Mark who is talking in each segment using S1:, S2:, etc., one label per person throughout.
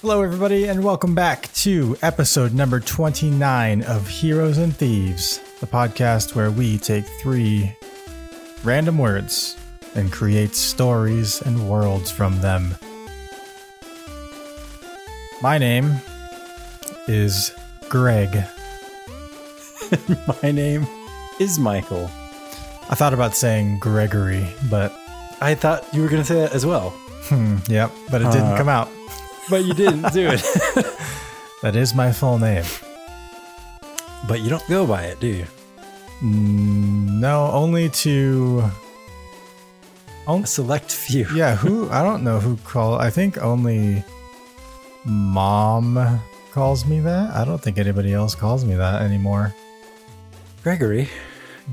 S1: Hello, everybody, and welcome back to episode number 29 of Heroes and Thieves, the podcast where we take three random words and create stories and worlds from them. My name is Greg.
S2: My name is Michael.
S1: I thought about saying Gregory, but
S2: I thought you were going to say that as well,
S1: hmm, yep, but it didn't
S2: Uh.
S1: come out.
S2: but you didn't do it.
S1: That is my full name.
S2: but you don't go by it, do you?
S1: Mm, No, only to
S2: A select few.
S1: yeah who i don't know who call i think only mom calls me that i don't think anybody else calls me that anymore
S2: Gregory.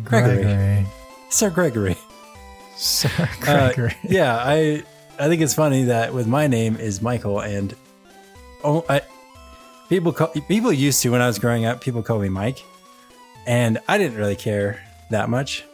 S2: Gregory.
S1: gregory
S2: Sir Gregory.
S1: sir
S2: Uh,
S1: gregory
S2: yeah, I I think it's funny that with my name is Michael and oh, I people call people used to when I was growing up, people called me Mike. And I didn't really care that much,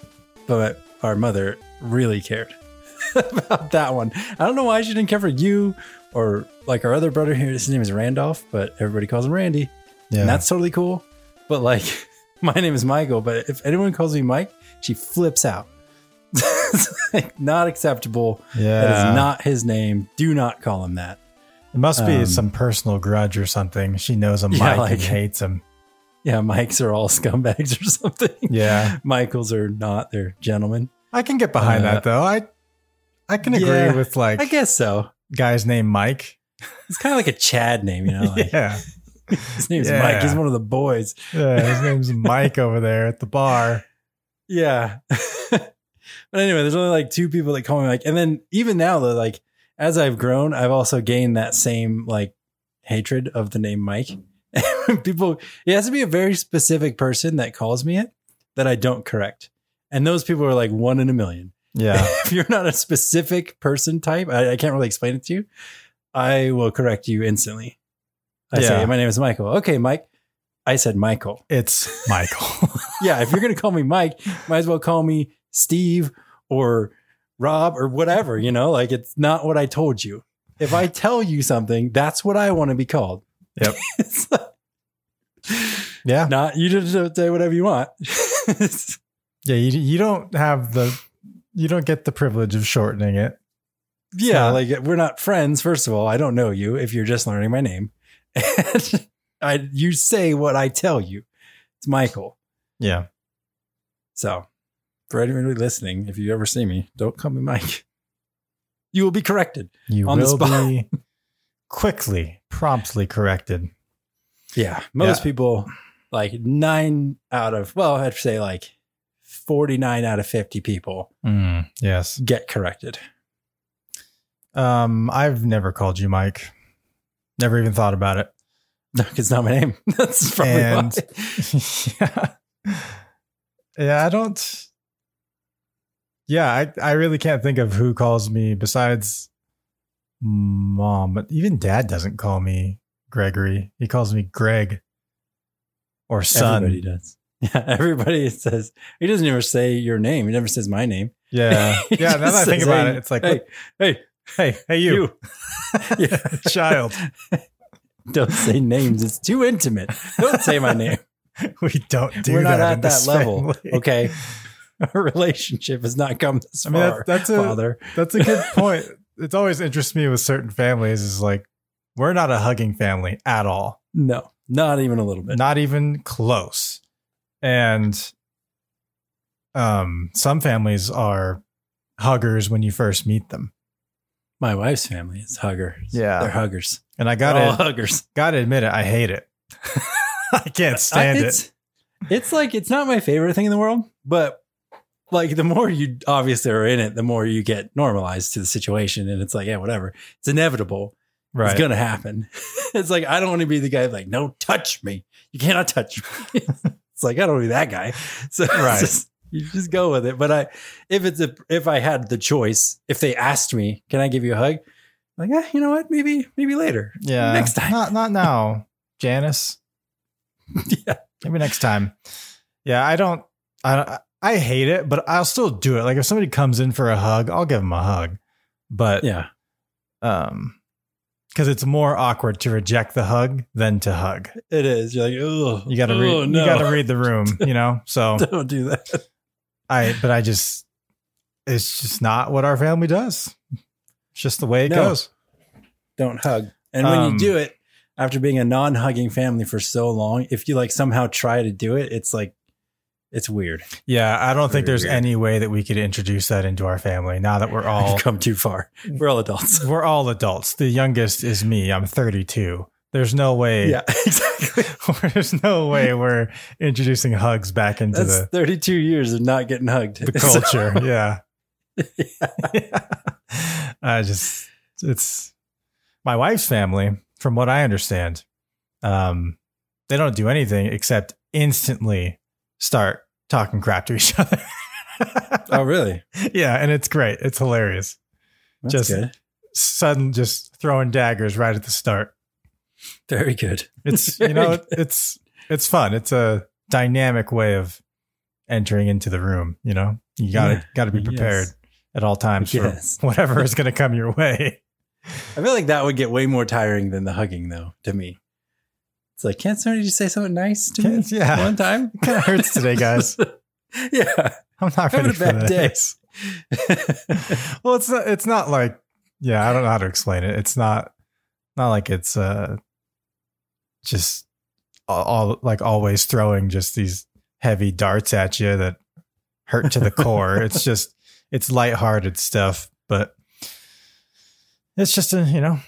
S2: but our mother really cared about that one. I don't know why she didn't care for you or like our other brother here. His name is Randolph, but everybody calls him Randy.
S1: yeah
S2: And that's totally cool. But like, my name is Michael. But if anyone calls me Mike, she flips out. it's like not acceptable.
S1: yeah
S2: That is not his name. Do not call him that.
S1: it must be
S2: um,
S1: some personal grudge or something she knows i'm
S2: Yeah,
S1: mike and
S2: like-
S1: hates him
S2: Yeah, Mikes are all scumbags or something.
S1: yeah
S2: Michaels are not. They're gentlemen.
S1: i can get behind
S2: Uh,
S1: that though i i can agree
S2: yeah,
S1: with like
S2: I guess so.
S1: guys named mike
S2: It's kind of like a Chad name, you know? Like,
S1: yeah
S2: His name's
S1: Yeah.
S2: Mike. He's one of the boys.
S1: yeah his name's mike over there at the bar
S2: Yeah. but anyway, there's only like two people that call me like, and then even now though, like as I've grown, I've also gained that same like hatred of the name Mike. people, it has to be a very specific person that calls me it that I don't correct. And those people are like one in a million.
S1: yeah
S2: if you're not a specific person type, I, I can't really explain it to you. I will correct you instantly. I
S1: Yeah.
S2: say, my name is Michael. Okay, Mike. I said Michael
S1: it's michael
S2: yeah, if you're gonna call me Mike, might as well call me Steve or Rob or whatever, you know, like it's not what I told you. If I tell you something, that's what I want to be called.
S1: Yep.
S2: It's like,
S1: yeah
S2: not you just don't say whatever you want.
S1: Yeah, you, you don't have the you don't get the privilege of shortening it.
S2: yeah,
S1: Yeah.
S2: like we're not friends, first of all. I don't know you if you're just learning my name. And I you say what I tell you. It's Michael.
S1: Yeah.
S2: So, for anyone listening, if you ever see me, don't call me Mike. You will be corrected.
S1: You
S2: On the
S1: will
S2: spot.
S1: be quickly, promptly corrected.
S2: Yeah. Most
S1: Yeah.
S2: people, like nine out of, well, I'd say like 49 out of 50 people
S1: Mm, yes.
S2: get corrected.
S1: Um, I've never called you Mike. Never even thought about it.
S2: It's not my name. That's probably
S1: And-
S2: why.
S1: yeah. Yeah, I don't Yeah, I, I really can't think of who calls me besides mom, but even dad doesn't call me Gregory. He calls me Greg or son.
S2: Everybody does. Yeah. Everybody says, he doesn't ever say your name. He never says my name.
S1: Yeah.
S2: He
S1: Yeah. Now that I
S2: just
S1: think
S2: says,
S1: about
S2: hey,
S1: it, it's like,
S2: hey, hey,
S1: hey, hey, you,
S2: you. yeah.
S1: child,
S2: Don't say names. It's too intimate. Don't say my name.
S1: we don't do
S2: We're
S1: that.
S2: not
S1: in
S2: at
S1: this
S2: that level.
S1: family.
S2: Okay. Our relationship has not come this
S1: I mean,
S2: far,
S1: that, that's a
S2: father.
S1: that's a good point. It's always interests me with certain families is like, we're not a hugging family at all,
S2: No, not even a little bit.
S1: not even close. And um, some families are huggers when you first meet them.
S2: My wife's family is hugger. They're
S1: Yeah,
S2: huggers.
S1: and I
S2: They're all
S1: gotta
S2: huggers.
S1: gotta admit it, I hate it. I can't stand it.
S2: it's, it's like it's not my favorite thing in the world, but like the more you obviously are in it, the more you get normalized to the situation, and it's like yeah, whatever. It's inevitable.
S1: Right.
S2: It's gonna happen. it's like I don't want to be the guy like no, touch me. You cannot touch me. it's like I don't want to be that guy. So it's
S1: Right.
S2: just- you just go with it. But I, if it's a, if I had the choice, if they asked me, can I give you a hug? Like, eh, you know what? Maybe, maybe later.
S1: Yeah.
S2: Next time.
S1: Not not now, Janice.
S2: Yeah.
S1: Maybe next time. Yeah, I don't I don't- I hate it, but I'll still do it. Like if somebody comes in for a hug, I'll give them a hug. But
S2: Yeah.
S1: um because it's more awkward to reject the hug than to hug.
S2: It is. You're like, oh,
S1: You got to read.
S2: Oh, no.
S1: You got to read the room. You know. So
S2: Don't do that.
S1: I, but I just, it's just not what our family does. It's just the way it
S2: No.
S1: goes.
S2: Don't hug. And when
S1: Um,
S2: you do it, after being a non-hugging family for so long, if you like somehow try to do it, it's like it's weird.
S1: Yeah, I don't think there's
S2: Weird.
S1: any way that we could introduce that into our family now that we're
S2: I've
S1: all
S2: come too far. We're all adults.
S1: we're all adults. The youngest is me. I'm 32. There's no way.
S2: Yeah, exactly.
S1: There's no way we're introducing hugs back into
S2: That's
S1: the,
S2: 32 years of not getting hugged.
S1: the
S2: So-
S1: culture. yeah. I just it's my wife's family, from what I understand, um, they don't do anything except instantly start talking crap to each other.
S2: oh, really?
S1: yeah, and it's great. It's hilarious.
S2: That's
S1: Just-
S2: good.
S1: Sudden just throwing daggers right at the start.
S2: Very good.
S1: It's you know, it- it's it's fun. It's a dynamic way of entering into the room, you know. You got to
S2: Yeah.
S1: got to be prepared
S2: Yes.
S1: at all times
S2: Yes.
S1: for whatever is going to come your way.
S2: I feel like that would get way more tiring than the hugging, though, to me. It's like, can't somebody just say something nice to me
S1: Can't- yeah.
S2: one time?
S1: kind of hurts today, guys.
S2: yeah.
S1: I'm not
S2: Having
S1: ready
S2: a
S1: for
S2: bad day.
S1: this. Well, it's not, it's not like yeah, I don't know how to explain it. It's not not like it's uh just all, all like always throwing just these heavy darts at you that hurt to the core. It's just it's lighthearted stuff, but it's just a you know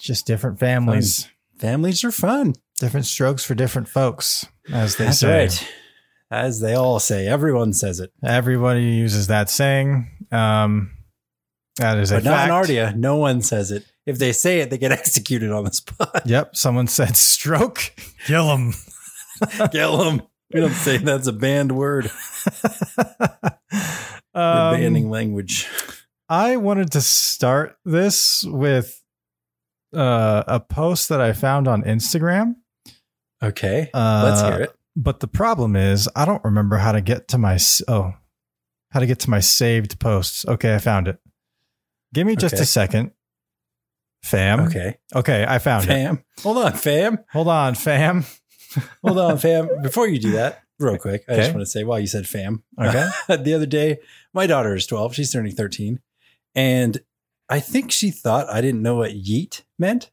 S1: just different families,
S2: Families are fun.
S1: different strokes for different folks, as they
S2: That's
S1: say.
S2: right. As they all say, everyone says it.
S1: Everybody uses that saying. Um, that is a
S2: But not
S1: fact.
S2: in Ardia. No one says it. If they say it, they get executed on the spot.
S1: Yep, someone said stroke. Kill him.
S2: Kill them. We don't say that's a banned word. We're banning language.
S1: Um, I wanted to start this with uh, a post that I found on Instagram.
S2: Okay.
S1: Uh,
S2: Let's hear it.
S1: But the problem is, I don't remember how to get to my s- oh, how to get to my saved posts. Okay, I found it. Give me just
S2: Okay.
S1: a second, fam.
S2: Okay.
S1: okay, I found it.
S2: Fam. Hold on, fam.
S1: Hold on, fam.
S2: Hold on, fam. Before you do that, real quick, I just
S1: Okay. Uh-huh.
S2: want to say, while you said fam,
S1: Okay.
S2: the other day, my daughter is 12. She's turning 13. And I think she thought I didn't know what yeet meant.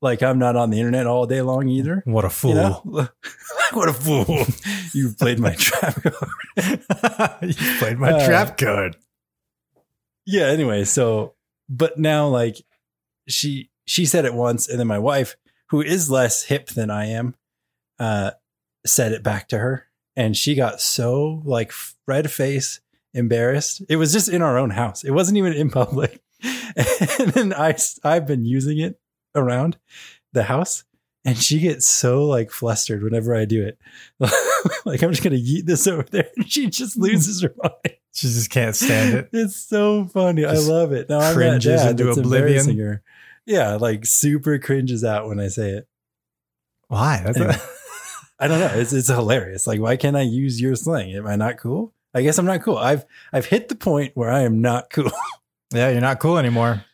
S2: Like, I'm not on the internet all day long either.
S1: What a fool.
S2: You know? what a fool. You've played my trap card.
S1: you played my
S2: Uh,
S1: trap card.
S2: yeah anyway so but now like she she said it once and then my wife who is less hip than i am uh said it back to her and she got so like red face embarrassed it was just in our own house it wasn't even in public and then i i've been using it around the house and she gets so like flustered whenever i do it like i'm just gonna yeet this over there and she just loses her mind
S1: She just can't stand it.
S2: it's so funny.
S1: Just
S2: I love it. Now I'm that
S1: cringes
S2: dad
S1: into
S2: that's
S1: oblivion.
S2: embarrassing her. Yeah, like super cringes out when I say it.
S1: Why? That's a-
S2: Anyway. I don't know. It's it's hilarious. Like, why can't I use your slang? Am I not cool? I guess I'm not cool. I've I've hit the point where I am not cool.
S1: yeah, you're not cool anymore.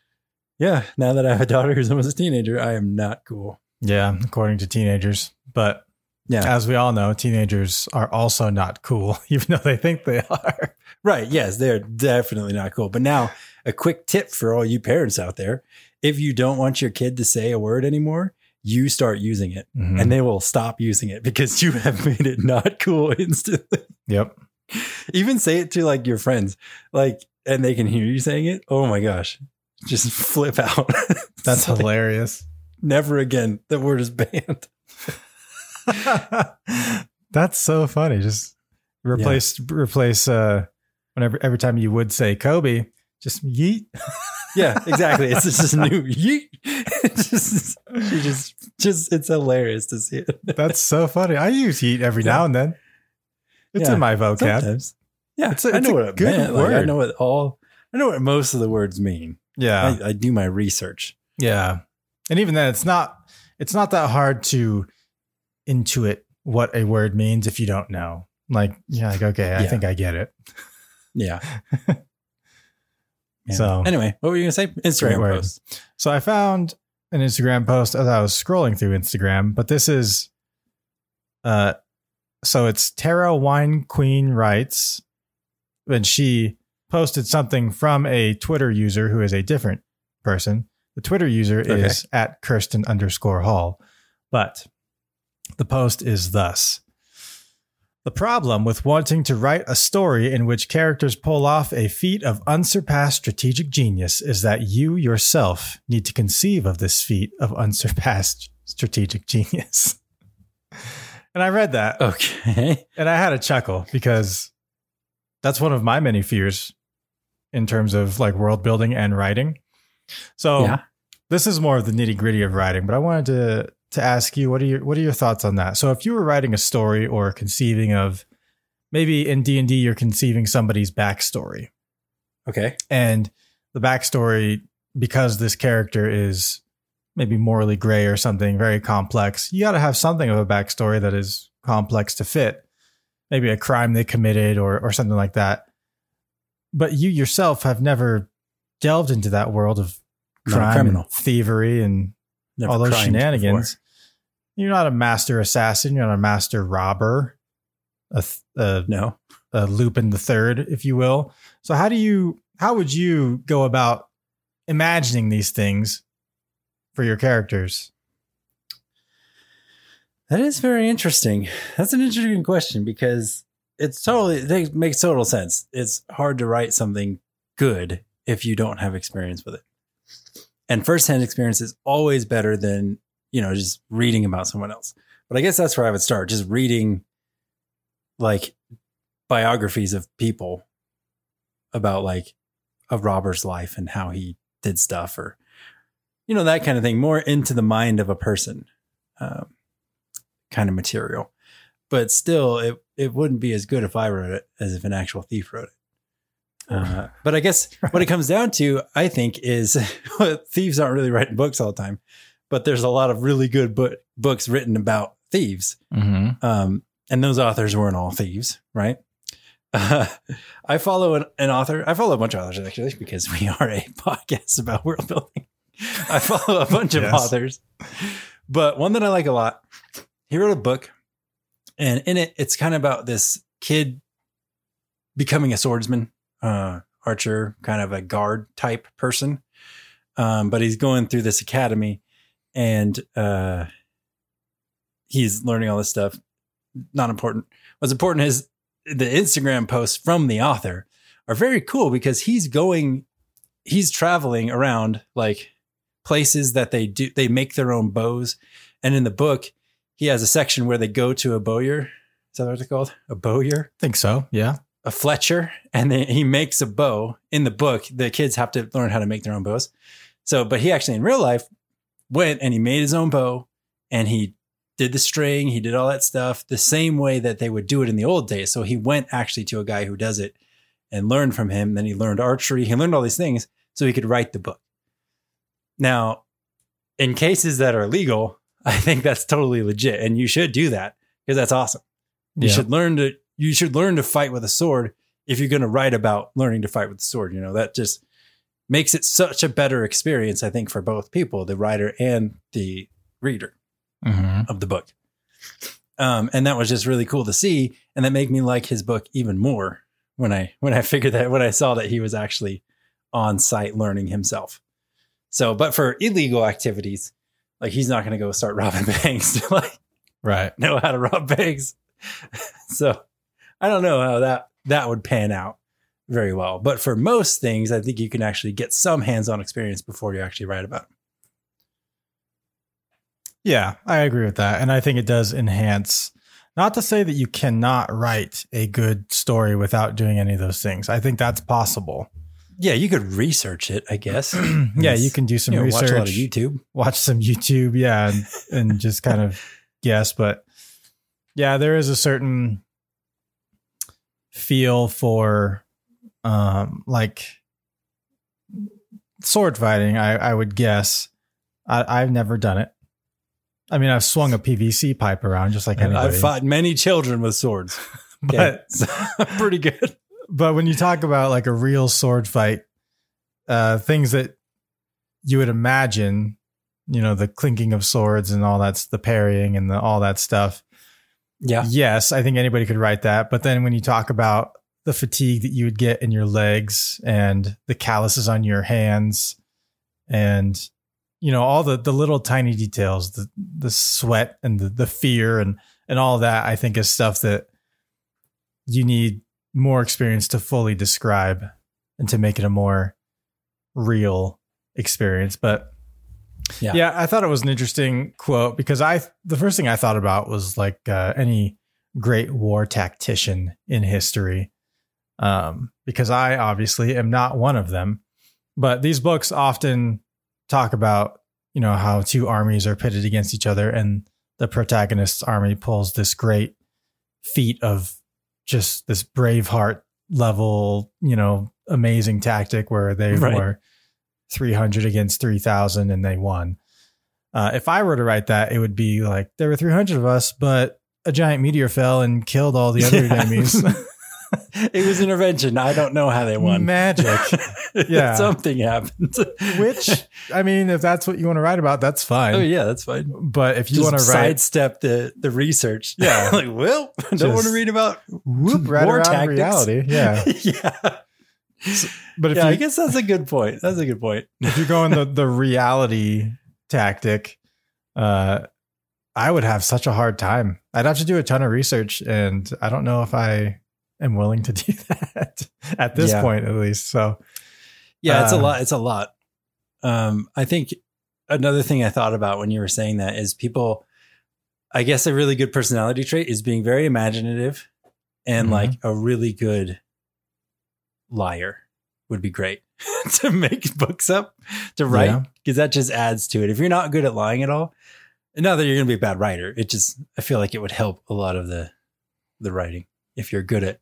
S2: yeah. Now that I have a daughter who's almost a teenager, I am not cool.
S1: Yeah, according to teenagers. But
S2: Yeah.
S1: as we all know, teenagers are also not cool, even though they think they are.
S2: Right. Yes, they're definitely not cool. But now, a quick tip for all you parents out there: if you don't want your kid to say a word anymore, you start using it.
S1: Hmm.
S2: and they will stop using it because you have made it not cool instantly.
S1: yep.
S2: Even say it to like your friends, like, and they can hear you saying it. Oh my gosh, just flip out.
S1: That's
S2: It's like,
S1: hilarious.
S2: never again. The word is banned.
S1: That's so funny. Just replace replace uh whenever every time you would say Kobe, just yeet.
S2: Yeah, exactly. It's just this new yeet. It's just, she just, just, it's hilarious to see it.
S1: That's so funny. I use yeet every now and then. It's
S2: Yeah.
S1: in my vocab.
S2: Sometimes. Yeah,
S1: It's a-
S2: I
S1: it's
S2: know
S1: a
S2: what it
S1: good
S2: meant. Like, I
S1: word.
S2: know what all, I know what most of the words mean.
S1: Yeah.
S2: I, I do my research.
S1: Yeah. And even then it's not it's not that hard to intuit what a word means if you don't know. Like, yeah, like okay, I
S2: Yeah.
S1: think I get it.
S2: Yeah. Yeah.
S1: So-
S2: anyway, what were you gonna say? Instagram
S1: Great word.
S2: post.
S1: So I found an Instagram post as I was scrolling through Instagram, but this is uh so it's Tara Wine Queen writes and she posted something from a Twitter user who is a different person. The Twitter user
S2: Okay.
S1: is at Kirsten underscore Hall, but the post is thus. The problem with wanting to write a story in which characters pull off a feat of unsurpassed strategic genius is that you yourself need to conceive of this feat of unsurpassed strategic genius. and I read that
S2: Okay.
S1: and I had a chuckle because that's one of my many fears in terms of like world building and writing. So
S2: Yeah.
S1: this is more of the nitty gritty of writing, but I wanted to to ask you what are your what are your thoughts on that? So if you were writing a story or conceiving of maybe in D and D you're conceiving somebody's backstory,
S2: Okay.
S1: and the backstory because this character is maybe morally gray or something very complex you got to have something of a backstory that is complex to fit maybe a crime they committed or or something like that but you yourself have never delved into that world of
S2: Not a
S1: crime
S2: criminal.
S1: and thievery and
S2: Never
S1: all those
S2: crimed
S1: shenanigans
S2: before.
S1: you're not a master assassin you're not a master robber a, th- a
S2: No.
S1: uh, Lupin the Third, if you will. So how do you how would you go about imagining these things for your characters?
S2: That is very interesting. That's an interesting question because it's totally it makes total sense. It's hard to write something good if you don't have experience with it. And firsthand experience is always better than, you know, just reading about someone else. But I guess that's where I would start, just reading like biographies of people about like a robber's life and how he did stuff or you know that kind of thing, more into the mind of a person. Um kind of material. But still, it it wouldn't be as good if I wrote it as if an actual thief wrote it. Uh, but I guess what it comes down to, I think, is thieves aren't really writing books all the time, but there's a lot of really good book, books written about thieves.
S1: Mm-hmm.
S2: Um, and those authors weren't all thieves, right? Uh, I follow an, an author. I follow a bunch of authors actually because we are a podcast about world building. I follow a bunch of
S1: Yes.
S2: authors, but one that I like a lot. He wrote a book, and in it, it's kind of about this kid becoming a swordsman, uh, archer, kind of a guard type person. Um, but he's going through this academy, and uh, he's learning all this stuff. Not important. What's important is the Instagram posts from the author are very cool because he's going, he's traveling around like places that they do, they make their own bows. And in the book, he has a section where they go to a bowyer. Is that what they're called? A bowyer?
S1: Think so? Yeah.
S2: a Fletcher and then he makes a bow in the book. The kids have to learn how to make their own bows. So, but he actually in real life went and he made his own bow and he did the string, he did all that stuff the same way that they would do it in the old days. So he went actually to a guy who does it and learned from him. Then he learned archery, he learned all these things so he could write the book. Now, in cases that are legal, I think that's totally legit and you should do that because that's awesome. You
S1: Yeah.
S2: should learn to you should learn to fight with a sword if you're going to write about learning to fight with the sword. You know that just makes it such a better experience, I think, for both people, the writer and the reader
S1: Mm-hmm.
S2: of the book. Um, and that was just really cool to see, and that made me like his book even more when I when I figured that when I saw that he was actually on site learning himself. So, but for illegal activities, like he's not going to go start robbing banks. to, like
S1: Right.
S2: know how to rob banks. so I don't know how that that would pan out very well. But for most things, I think you can actually get some hands-on experience before you actually write about it.
S1: Yeah, I agree with that, and I think it does enhance. Not to say that you cannot write a good story without doing any of those things. I think that's possible.
S2: Yeah, you could research it, I guess.
S1: yeah, you can do some
S2: You know,
S1: research.
S2: watch a lot of YouTube.
S1: watch some YouTube, yeah, and, and just kind of guess. But yeah, there is a certain feel for um like sword fighting, I, I would guess. I, I've never done it. I mean, I've swung a PVC pipe around just like
S2: And
S1: anybody.
S2: I've fought many children with swords.
S1: but
S2: But pretty good.
S1: but when you talk about like a real sword fight, uh, things that you would imagine, you know, the clinking of swords and all that's the parrying and the, all that stuff.
S2: Yeah.
S1: Yes, I think anybody could write that. But then when you talk about the fatigue that you would get in your legs and the calluses on your hands and you know all the the little tiny details the the sweat and the, the fear and and all that i think is stuff that you need more experience to fully describe and to make it a more real experience but
S2: Yeah.
S1: yeah, i thought it was an interesting quote because i the first thing i thought about was like uh, any great war tactician in history um, because i obviously am not one of them but these books often talk about you know how two armies are pitted against each other and the protagonist's army pulls this great feat of just this braveheart level you know amazing tactic where they
S2: Right.
S1: were 300 against 3000 and they won uh, if i were to write that it would be like there were 300 of us but a giant meteor fell and killed all the other
S2: Yeah.
S1: enemies
S2: it was intervention. I don't know how they won.
S1: magic Yeah.
S2: Something happened.
S1: which i mean if that's what you want to write about that's fine
S2: oh yeah, that's fine.
S1: but if you
S2: Just
S1: want to write
S2: sidestep the the research.
S1: Yeah.
S2: like, well, I don't
S1: Just
S2: want to read about
S1: whoop right
S2: war
S1: around
S2: tactics.
S1: reality. Yeah.
S2: yeah.
S1: But if
S2: yeah, I
S1: you
S2: guess that's a good point. That's a good point.
S1: if you're going the, the reality tactic, uh I would have such a hard time. I'd have to do a ton of research and I don't know if I am willing to do that at this
S2: Yeah.
S1: point at least. So
S2: Yeah, it's a
S1: Um,
S2: lot. It's a lot. Um, I think another thing I thought about when you were saying that is people, I guess a really good personality trait is being very imaginative and
S1: Mhm.
S2: like a really good liar would be great to make books up to
S1: Yeah.
S2: write because that just adds to it. If you're not good at lying at all, not that you're going to be a bad writer, it just, I feel like it would help a lot of the, the writing if you're good at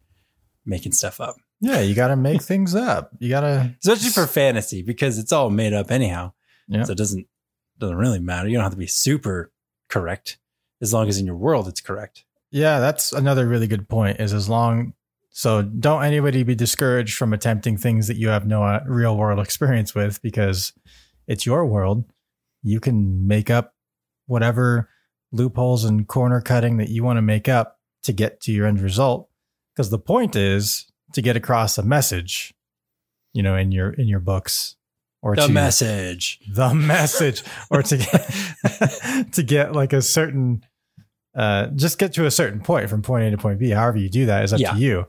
S2: making stuff up
S1: yeah, you gotta make things up. You gotta
S2: especially for fantasy because it's all made up anyhow.
S1: Yeah.
S2: So it doesn't doesn't really matter. You don't have to be super correct as long as in your world it's correct.
S1: Yeah, that's another really good point. Is as long so don't anybody be discouraged from attempting things that you have no uh, real world experience with because it's your world. You can make up whatever loopholes and corner cutting that you want to make up to get to your end result because the point is to get across a message, you know, in your in your books or
S2: The
S1: to
S2: message.
S1: the message or to get to get like a certain uh just get to a certain point from point A to point B. However you do that is up
S2: Yeah.
S1: to you.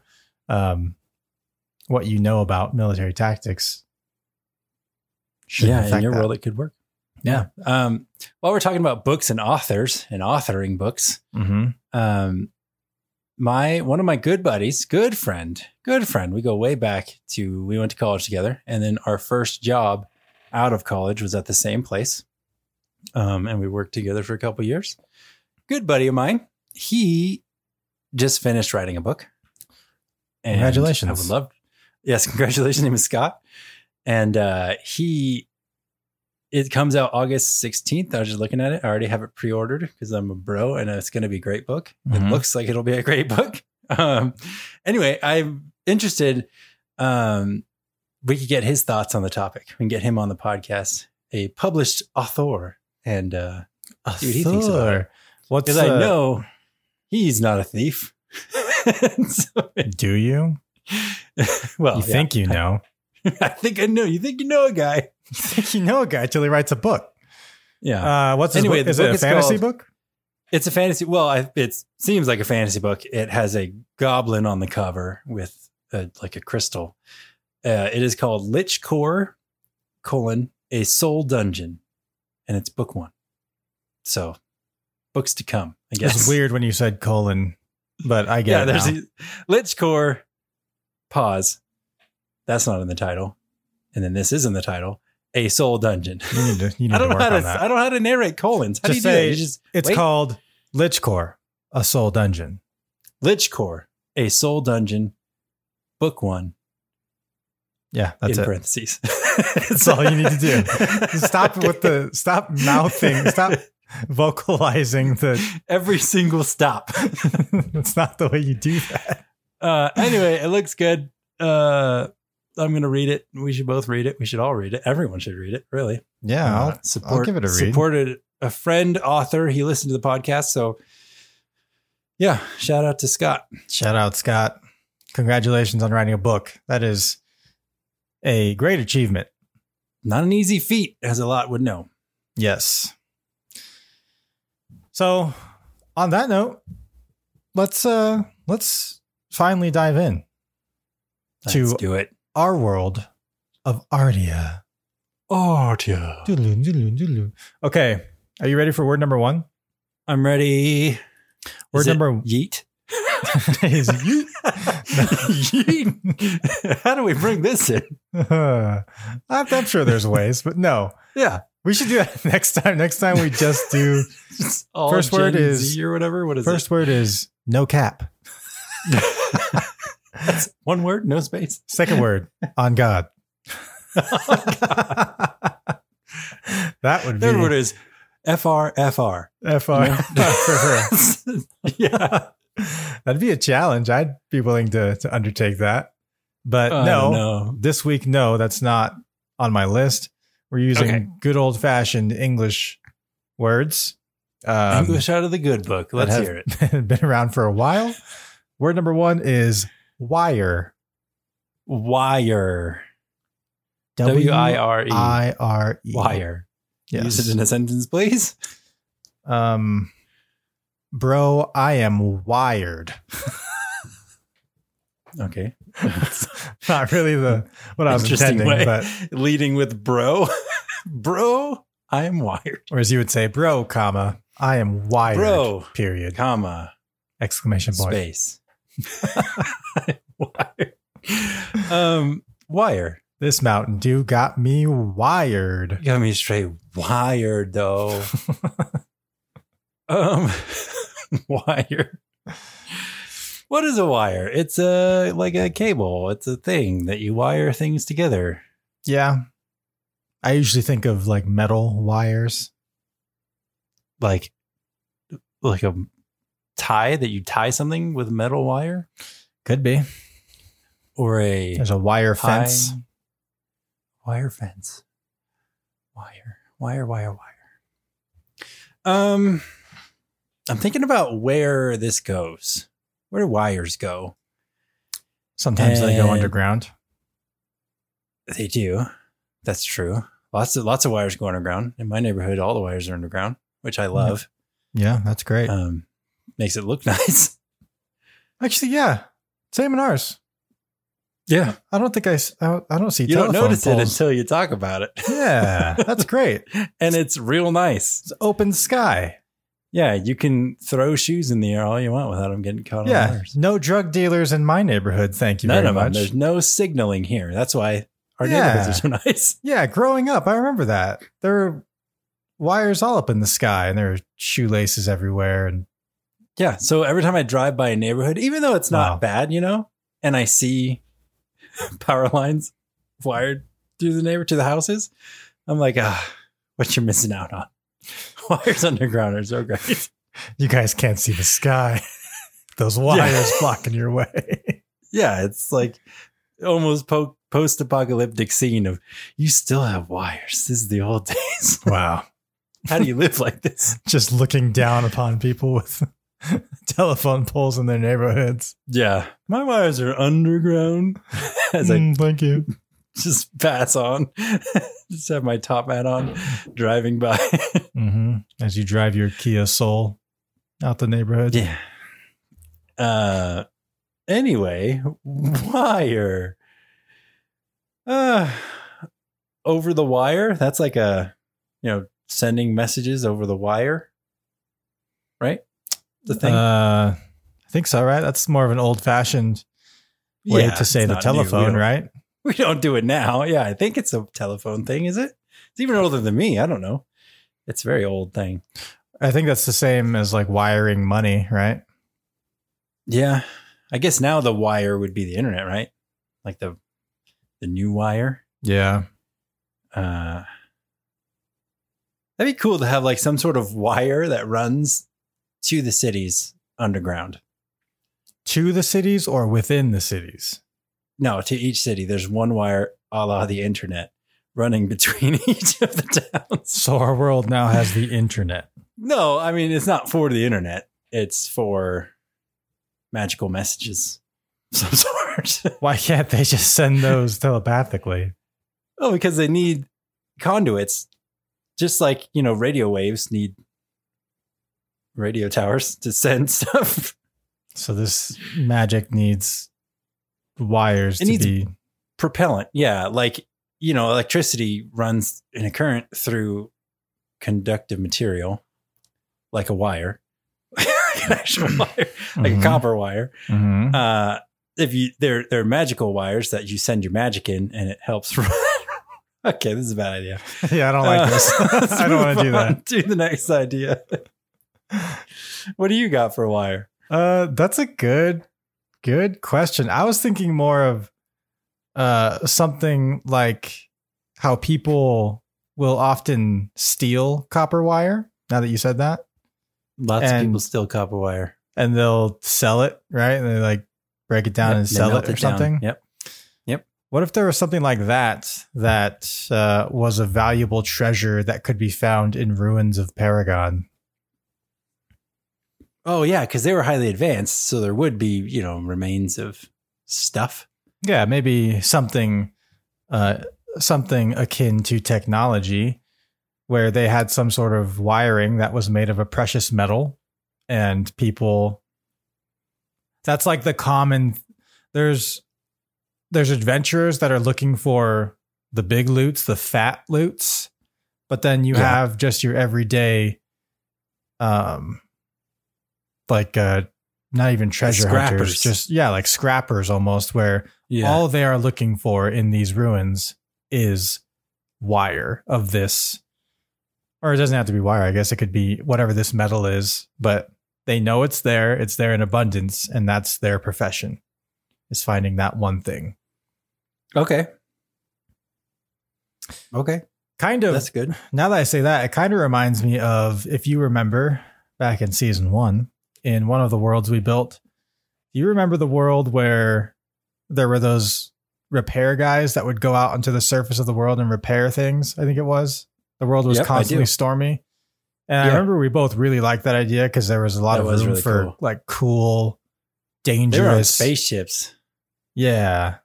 S1: Um what you know about military tactics. should
S2: yeah, in
S1: affect
S2: your
S1: that.
S2: world it could work. Yeah. Um, while we're talking about books and authors and authoring books,
S1: Mhm.
S2: um, my one of my good buddies, good friend, good friend. We go way back to we went to college together, and then our first job out of college was at the same place, um, and we worked together for a couple years. Good buddy of mine, he just finished writing a book. And
S1: Congratulations.
S2: I would love. Yes, congratulations, name is Scott, and uh, he it comes out August 16th. I was just looking at it. I already have it pre-ordered because I'm a bro and it's going to be a great book.
S1: Mhm.
S2: It looks like it'll be a great book. Um, anyway, I'm interested. Um, we could get his thoughts on the topic. We can get him on the podcast, a published author. And uh, Dude, he thinks about it.
S1: Sure. What's
S2: because I
S1: uh,
S2: know he's not a thief. So,
S1: do you?
S2: well,
S1: you
S2: yeah.
S1: think you know.
S2: I think I know. You think you know a guy.
S1: you think you know a guy till he writes a book.
S2: Yeah.
S1: Uh what's his
S2: Anyway,
S1: book?
S2: the
S1: is it
S2: book
S1: a
S2: is
S1: fantasy
S2: called-
S1: book?
S2: It's a fantasy. Well, I, it seems like a fantasy book. It has a goblin on the cover with a, like a crystal. Uh, it is called Lich Core: colon a Soul Dungeon, and it's book one. So, books to come. I guess
S1: It's weird when you said colon, but I get
S2: Yeah,
S1: it.
S2: there's
S1: now.
S2: a, Lich Core. Pause. That's not in the title, and then this is in the title. A Soul Dungeon.
S1: you need to you need
S2: I don't
S1: to
S2: know
S1: work
S2: how to.
S1: on that.
S2: I don't know how to narrate colons. How
S1: Just
S2: do you do that?
S1: say-
S2: You just
S1: It's
S2: Wait.
S1: called Lich Core, a soul dungeon.
S2: Lich Core, a soul dungeon, book one,
S1: Yeah, that's
S2: in
S1: it.
S2: parentheses. that's
S1: all you need to do. Stop with the stop mouthing. Stop vocalizing the.
S2: every single stop.
S1: That's not the way you do that.
S2: Uh, anyway, it looks good. Uh, I'm going to read it. We should both read it. We should all read it. Everyone should read it, really.
S1: Yeah,
S2: Uh,
S1: I'll, I'll give it a read.
S2: Supported a friend author. He listened to the podcast. So, yeah, shout out to Scott.
S1: shout out Scott. Congratulations on writing a book. That is a great achievement.
S2: Not an easy feat, as a lot would know.
S1: Yes. So, on that note, let's uh let's finally dive in
S2: Let's
S1: To-
S2: do it.
S1: our world of Ardia.
S2: Artia.
S1: Doodaloo, doodaloo, doodaloo. Okay, are you ready for word number one?
S2: I'm ready.
S1: Word
S2: Is it
S1: number-
S2: yeet.
S1: Is you?
S2: yeet. How do we bring this in?
S1: I'm, I'm sure there's ways, but no.
S2: Yeah.
S1: We should do that next time. Next time we just do.
S2: It's all
S1: First word
S2: Gen
S1: is-
S2: Z or whatever. What is it?
S1: First word is no cap.
S2: That's one word, no space.
S1: Second word on God. that would be
S2: Third word is FR FR.
S1: F R.
S2: yeah.
S1: That'd be a challenge. I'd be willing to to undertake that. But
S2: I
S1: Uh, no,
S2: don't know.
S1: this week, no, that's not on my list. We're using
S2: Okay.
S1: good old fashioned English words. Um,
S2: English out of the good book. Let's
S1: that have
S2: hear it.
S1: been around for a while. Word number one is wire.
S2: Wire. W I R E.
S1: I R E.
S2: Wire. Use it
S1: Yes.
S2: in a sentence, please.
S1: Um, bro, I am wired.
S2: Okay.
S1: Not really the what I was
S2: Interesting
S1: intending,
S2: way.
S1: but
S2: Leading with bro. bro, I am wired.
S1: or as you would say, bro, comma, I am wired.
S2: Bro.
S1: Period.
S2: Comma.
S1: Exclamation point.
S2: Space. wire. Um, wire.
S1: This Mountain Dew got me wired.
S2: Got me straight wired though. um, wire. What is a wire? It's a like a cable. It's a thing that you wire things together.
S1: Yeah. I usually think of like metal wires.
S2: Like like a tie that you tie something with metal wire
S1: Could be.
S2: or a
S1: There's a wire
S2: tie-
S1: fence.
S2: Wire fence. Wire. Wire wire wire. Um I'm thinking about where this goes. Where do wires go?
S1: Sometimes they go
S2: And-
S1: underground.
S2: They do. That's true. Lots of lots of wires go underground. In my neighborhood, all the wires are underground, which I love.
S1: Yeah, that's great.
S2: Um, makes it look nice.
S1: Actually, yeah. Same in ours.
S2: Yeah,
S1: I don't think I, s- I don't- I don't see
S2: you don't
S1: telephone
S2: notice it
S1: poles.
S2: until you talk about it.
S1: Yeah, that's great.
S2: and it's real nice.
S1: It's open sky.
S2: Yeah, you can throw shoes in the air all you want without them getting caught on
S1: Yeah,
S2: wires.
S1: no drug dealers in my neighborhood. Thank you
S2: None
S1: very
S2: of them.
S1: much.
S2: There's no signaling here. That's why our
S1: Yeah.
S2: neighborhoods are so nice.
S1: Yeah, growing up, I remember that there were wires all up in the sky, and there were shoelaces everywhere, and
S2: Yeah. So every time I drive by a neighborhood, even though it's not
S1: Wow.
S2: bad, you know, and I see power lines wired through the neighbor to the houses, I'm like, ah, what you're missing out on. Wires underground are so great.
S1: you guys can't see the sky. Those wires blocking your way.
S2: yeah, it's like almost po- post-apocalyptic scene of you still have wires. This is the old days.
S1: wow,
S2: How do you live like this?
S1: just looking down upon people with telephone poles in their neighborhoods.
S2: Yeah, my wires are underground. As I
S1: Mm, thank you.
S2: just pass on. just have my top hat on, driving by.
S1: hmm As you drive your Kia Soul out the neighborhood.
S2: yeah. Uh. Anyway, wire. Uh, over the wire. That's like a, you know, sending messages over the wire. Right. The thing.
S1: Uh, I think so, right? That's more of an old fashioned way
S2: Yeah,
S1: to say
S2: it's
S1: the
S2: not new. We
S1: telephone,
S2: don't-
S1: right?
S2: We don't do it now. Yeah, I think it's a telephone thing. Is it? It's even older than me. I don't know. It's a very old thing.
S1: I think that's the same as like wiring money, right?
S2: Yeah. I guess now the wire would be the internet, right? Like the the new wire.
S1: Yeah.
S2: Uh That'd be cool to have like some sort of wire that runs to the cities underground.
S1: To the cities or within the cities?
S2: no, to each city, there's one wire a la the internet running between each of the towns.
S1: So our world now has the internet.
S2: No, I mean, it's not for the internet, it's for magical messages of some sort.
S1: Why can't they just send those telepathically?
S2: oh, because they need conduits, just like, you know, radio waves need radio towers to send stuff.
S1: So this magic needs wires
S2: It
S1: to
S2: needs-
S1: be.
S2: propellant. Yeah, like you know, electricity runs in a current through conductive material, like a wire, like an actual wire, like a
S1: Mhm.
S2: copper wire.
S1: Mhm.
S2: Uh, if you they're they're magical wires that you send your magic in, and it helps. run- okay, this is a bad idea.
S1: Yeah, I don't like
S2: Uh,
S1: this.
S2: let's
S1: I don't want to
S2: move
S1: do
S2: on
S1: that.
S2: To the next idea. what do you got for a wire?
S1: Uh, that's a good, good question. I was thinking more of uh something like how people will often steal copper wire. Now that you said that,
S2: Lots of
S1: And-
S2: people steal copper wire.
S1: and they'll sell it, right? And they like break it down
S2: Yep,
S1: and
S2: they
S1: sell
S2: melt
S1: it or
S2: down.
S1: something.
S2: Yep.
S1: What if there was something like that that uh, was a valuable treasure that could be found in ruins of Paragon?
S2: Oh yeah, because they were highly advanced, so there would be you know remains of stuff.
S1: Yeah, maybe something, uh, something akin to technology, where they had some sort of wiring that was made of a precious metal, and people. That's like the common. There's, there's adventurers that are looking for the big loots, the fat loots, but then you
S2: Yeah.
S1: have just your everyday, um, like uh, not even treasure hunters,
S2: scrappers.
S1: just yeah, like scrappers almost, where
S2: Yeah,
S1: all they are looking for in these ruins is wire of this, or it doesn't have to be wire. I guess it could be whatever this metal is, but they know it's there. It's there in abundance, and that's their profession is finding that one thing.
S2: okay, okay,
S1: Kind of.
S2: that's good.
S1: now that I say that, it kind of reminds me of if you remember back in season one, in one of the worlds we built. Do you remember the world where there were those repair guys that would go out onto the surface of the world and repair things? I think it was. The world was
S2: Yep, I do.
S1: constantly stormy. And I
S2: Yeah.
S1: remember we both really liked that idea because there was a lot
S2: That
S1: of
S2: was
S1: room
S2: really
S1: for
S2: cool.
S1: like cool,
S2: They were on
S1: dangerous
S2: spaceships,
S1: Yeah.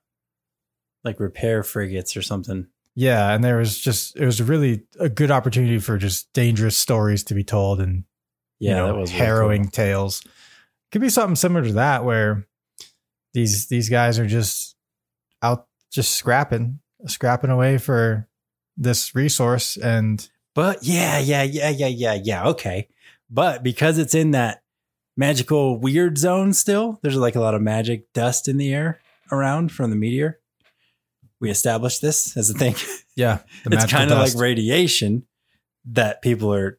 S2: like repair frigates or something.
S1: Yeah, and there was just it was really a good opportunity for just dangerous stories to be told and
S2: Yeah,
S1: you know,
S2: that was really
S1: harrowing
S2: cool.
S1: tales. Could be something similar to that where these these guys are just out just scrapping, scrapping away for this resource and
S2: But yeah, yeah, yeah, yeah, yeah, yeah. Okay, but because it's in that magical weird zone still, there's like a lot of magic dust in the air around from the meteor. We established this as a thing.
S1: yeah,
S2: it's kind of like
S1: ra-
S2: radiation that people are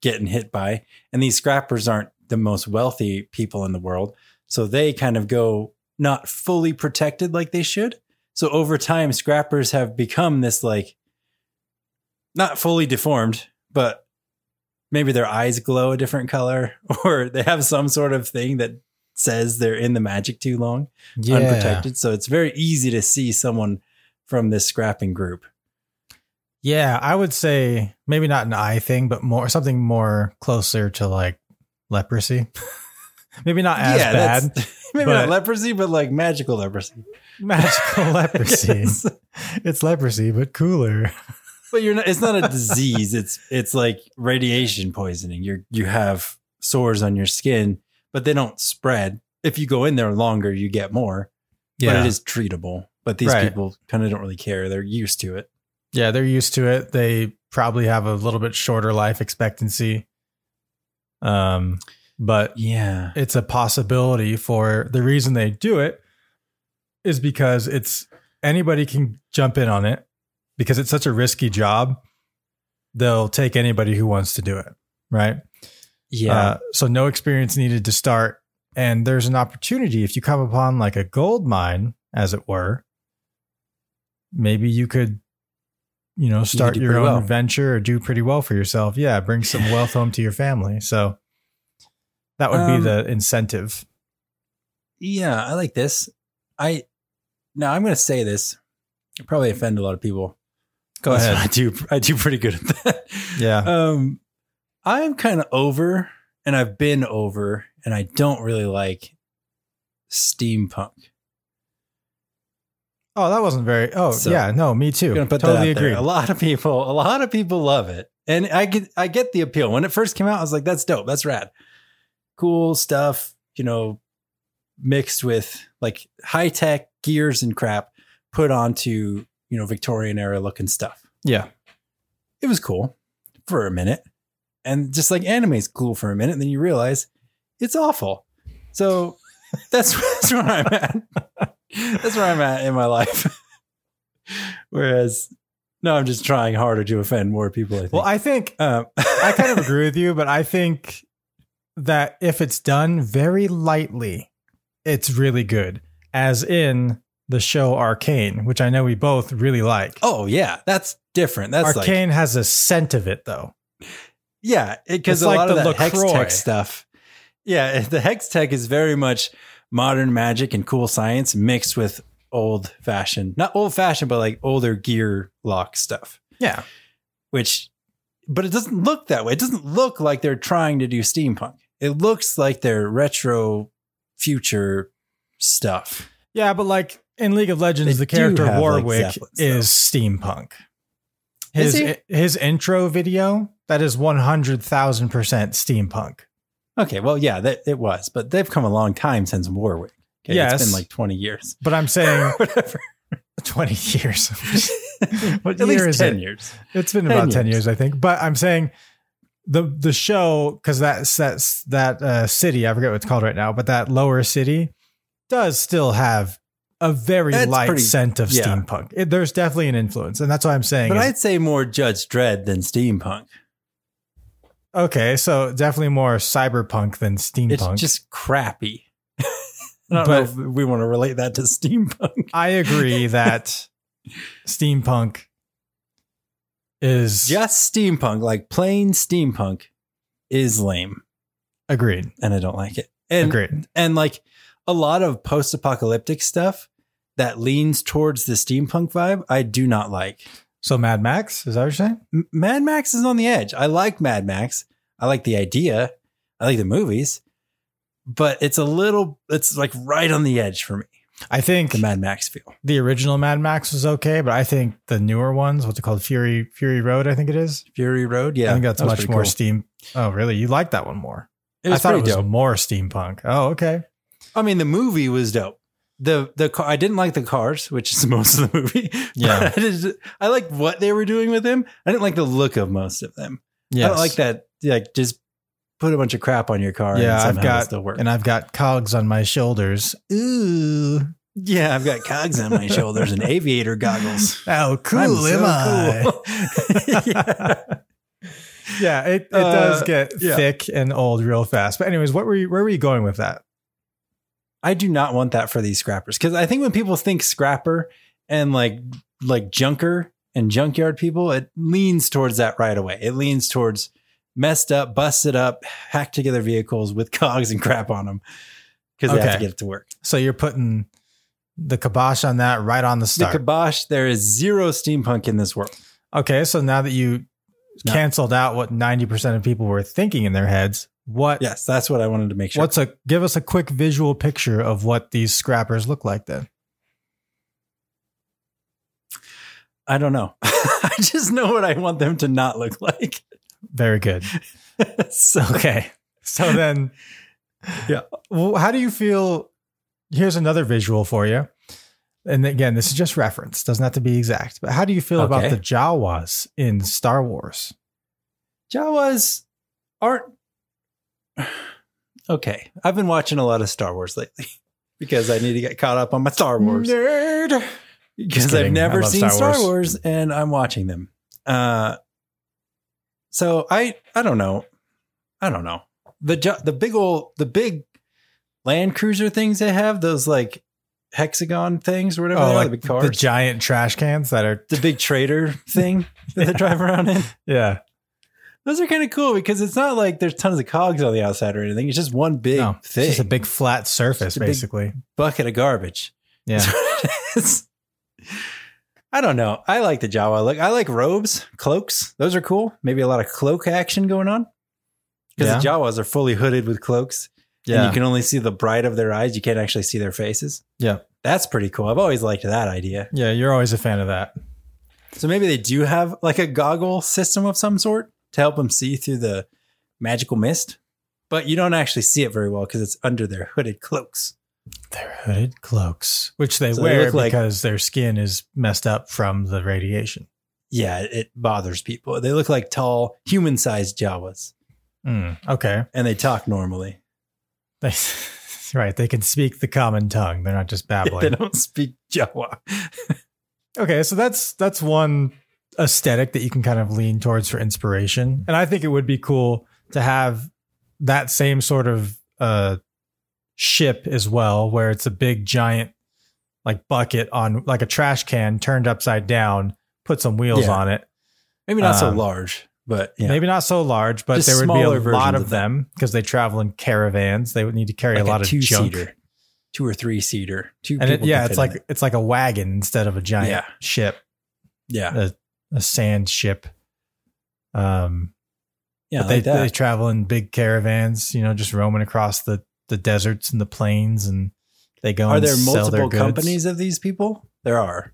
S2: getting hit by and these scrappers aren't the most wealthy people in the world so they kind of go not fully protected like they should so over time scrappers have become this like not fully deformed but maybe their eyes glow a different color or they have some sort of thing that says they're in the magic too long
S1: yeah.
S2: unprotected so it's very easy to see someone from this scrapping group
S1: Yeah, I would say maybe not an eye thing, but more something more closer to like leprosy. maybe not as bad.
S2: that's- Maybe
S1: but-
S2: not leprosy, but like magical leprosy.
S1: Magical leprosy.
S2: Yes.
S1: It's leprosy, but cooler.
S2: But you're not it's not a disease. It's it's like radiation poisoning. You're you have sores on your skin, but they don't spread. If you go in there longer, you get more. But it is treatable. But these
S1: Right.
S2: people kind of don't really care. They're used to it.
S1: yeah, they're used to it. They probably have a little bit shorter life expectancy. Um, but
S2: Yeah.
S1: it's a possibility for the reason they do it is because it's anybody can jump in on it because it's such a risky job. They'll take anybody who wants to do it, right?
S2: Yeah.
S1: Uh, so no experience needed to start. And there's an opportunity if you come upon like a gold mine, as it were. Maybe you could, you know, start
S2: do
S1: your own
S2: pretty well.
S1: venture or do pretty well for yourself. Yeah, bring some wealth home to your family. So that would
S2: Um,
S1: be the incentive.
S2: yeah, I like this. I now I'm going to say this. It'll probably offend a lot of people.
S1: Go
S2: That's
S1: ahead.
S2: what I do. I do pretty good at that.
S1: Yeah.
S2: Um, I'm kind of over, and I've been over, and I don't really like steampunk.
S1: Oh, that wasn't very. Oh,
S2: So-
S1: yeah. No, me too.
S2: I'm gonna put
S1: Totally
S2: that out there.
S1: agree.
S2: A lot of people, a lot of people love it, and I get, I get the appeal. When it first came out, I was like, "That's dope. That's rad. Cool stuff." You know, mixed with like high tech gears and crap put onto you know Victorian era looking stuff.
S1: Yeah.
S2: It was cool for a minute, and just like anime is cool for a minute, and then you realize it's awful. So that's that's where I'm at. That's where I'm at in my life. Whereas, no, I'm just trying harder to offend more people. I think.
S1: Well, I think
S2: um,
S1: I kind of agree with you, but I think that if it's done very lightly, it's really good. As in the show Arcane, which I know we both really like.
S2: oh yeah, that's different. That's like
S1: Arcane has a scent of it, though.
S2: yeah, because
S1: It's
S2: a
S1: like
S2: lot of
S1: the
S2: that hex
S1: LaCroix.
S2: tech stuff. Yeah, the hex tech is very much modern magic and cool science mixed with old fashioned, not old fashioned, but like older gear lock stuff.
S1: Yeah.
S2: which but it doesn't look that way. It doesn't look like they're trying to do steampunk. It looks like they're retro future stuff.
S1: Yeah, but like in League of Legends,
S2: They
S1: the
S2: do
S1: character
S2: have, like,
S1: Warwick
S2: Zeppelins, though.
S1: is steampunk.
S2: Is
S1: His his intro video that is one hundred thousand percent steampunk.
S2: Okay, well, yeah, that it was, but they've come a long time since Warwick. Okay,
S1: Yes.
S2: it's been like twenty years.
S1: But I'm saying
S2: Whatever.
S1: twenty years. what year
S2: At least
S1: is
S2: ten
S1: it?
S2: years.
S1: It's been
S2: 10
S1: about ten
S2: years.
S1: years, I think. But I'm saying the the show because that that's that uh, city I forget what it's called right now, but that lower city does still have a very
S2: That's
S1: light
S2: pretty-
S1: scent of
S2: yeah.
S1: steampunk. It, there's definitely an influence, and that's why I'm saying.
S2: But
S1: is-
S2: I'd say more Judge Dredd than steampunk.
S1: Okay, so definitely more cyberpunk than
S2: It's
S1: steampunk.
S2: just crappy. I don't
S1: But-
S2: know if we want to relate that to steampunk.
S1: I agree that steampunk is
S2: Just steampunk, like plain steampunk, is lame,
S1: agreed.
S2: and I don't like it. And
S1: agreed.
S2: and like a lot of post-apocalyptic stuff that leans towards the steampunk vibe i do not like
S1: So Mad Max is that what you're saying?
S2: M- mad max is on the edge i like mad max i like the idea i like the movies but it's a little it's like right on the edge for me
S1: I think
S2: the mad max feel
S1: the original Mad Max was okay, but I think the newer ones, what's it called, Fury Fury Road, I think it is.
S2: fury road yeah
S1: I think that's
S2: that was
S1: much
S2: pretty
S1: more
S2: cool.
S1: steam. Oh, really? You like that one more?
S2: it
S1: I
S2: was
S1: thought it
S2: pretty
S1: was
S2: dope
S1: more steampunk. Oh, okay.
S2: i mean the movie was dope the the car, I didn't like the cars, which is most of the movie.
S1: Yeah.
S2: I, just, I liked what they were doing with them. I didn't like the look of most of them.
S1: Yeah,
S2: I don't like that. Like just put a bunch of crap on your car.
S1: Yeah, I've
S2: and somehow
S1: got-
S2: it still work.
S1: And I've got cogs on my shoulders. Ooh,
S2: yeah, I've got cogs on my shoulders and aviator goggles.
S1: How cool
S2: I'm so
S1: am I?
S2: cool. Yeah.
S1: yeah, it, it
S2: Uh,
S1: does get
S2: yeah.
S1: thick and old real fast. But anyways, what were you where were you going with that?
S2: I do not want that for these scrappers because I think when people think scrapper and like like junker and junkyard people, it leans towards that right away. It leans towards messed up, busted up, hacked together vehicles with cogs and crap on them because they have to
S1: Okay.
S2: get it to work.
S1: So you're putting the kibosh on that right on the start.
S2: The kibosh, there is zero steampunk in this world.
S1: okay, so now that you
S2: No.
S1: canceled out what 90% of people were thinking in their heads, what
S2: Yes, that's what I wanted to make sure.
S1: what's a give us a quick visual picture of what these scrappers look like then?
S2: I don't know. I just know what I want them to not look like.
S1: Very good.
S2: so
S1: Okay. So then,
S2: Yeah.
S1: Well, how do you feel? Here's another visual for you. And again, this is just reference, doesn't have to be exact. But how do you feel about
S2: Okay.
S1: the Jawas in Star Wars?
S2: Jawas aren't okay. I've been watching a lot of Star Wars lately because I need to get caught up on my Star Wars
S1: Nerd.
S2: because I've
S1: kidding. I
S2: never
S1: love
S2: seen
S1: Star
S2: Star
S1: Wars.
S2: Wars. and I'm watching them. Uh, so I I don't know. I don't know the Ja- the big old the big Land Cruiser things they have those like hexagon things or whatever.
S1: Oh,
S2: they are,
S1: like
S2: the big
S1: the
S2: cars.
S1: giant trash cans that are
S2: the big trader thing that they drive around in.
S1: yeah.
S2: Those are kind of cool because it's not like there's tons of cogs on the outside or anything. It's just one big
S1: no,
S2: thing,
S1: it's just a big flat surface,
S2: Just a big-
S1: basically.
S2: bucket of garbage.
S1: Yeah.
S2: It's- I don't know. I like the Jawa look. I like robes, cloaks. Those are cool. Maybe a lot of cloak action going on. Because the Jawas are fully hooded with cloaks. And you can only see the bright of their eyes. You can't actually see their faces.
S1: Yeah.
S2: That's pretty cool. I've always liked that idea.
S1: yeah, you're always a fan of that.
S2: So maybe they do have like a goggle system of some sort to help them see through the magical mist. But you don't actually see it very well because it's under their hooded cloaks.
S1: They're hooded cloaks, which they
S2: So they
S1: wear
S2: look like-
S1: because their skin is messed up from the radiation.
S2: Yeah, it bothers people. They look like tall, human sized Jawas Hmm,
S1: Mm, okay.
S2: and they talk normally.
S1: They, right. They can speak the common tongue. They're not just babbling.
S2: They don't speak Jawa.
S1: okay so that's that's one aesthetic that you can kind of lean towards for inspiration and i think it would be cool to have that same sort of uh ship as well where it's a big giant like bucket on like a trash can turned upside down put some wheels
S2: Yeah.
S1: on it
S2: Maybe not so
S1: Um,
S2: large, but yeah.
S1: maybe not so large but
S2: Just
S1: there would be
S2: smaller
S1: a
S2: versions
S1: lot
S2: of
S1: of them because they travel in caravans they would need to carry
S2: Like
S1: a lot of junk
S2: two-seater, two or three seater. Two
S1: and it,
S2: people
S1: yeah
S2: can
S1: it's
S2: fit in
S1: like
S2: it.
S1: it's like a wagon instead of a giant
S2: Yeah.
S1: ship
S2: yeah.
S1: a sand ship. Um,
S2: Yeah,
S1: but
S2: like
S1: they
S2: that.
S1: they travel in big caravans, you know, just roaming across the the deserts and the plains, and they go.
S2: are
S1: and
S2: there
S1: sell their
S2: multiple
S1: goods.
S2: companies of these people? There are.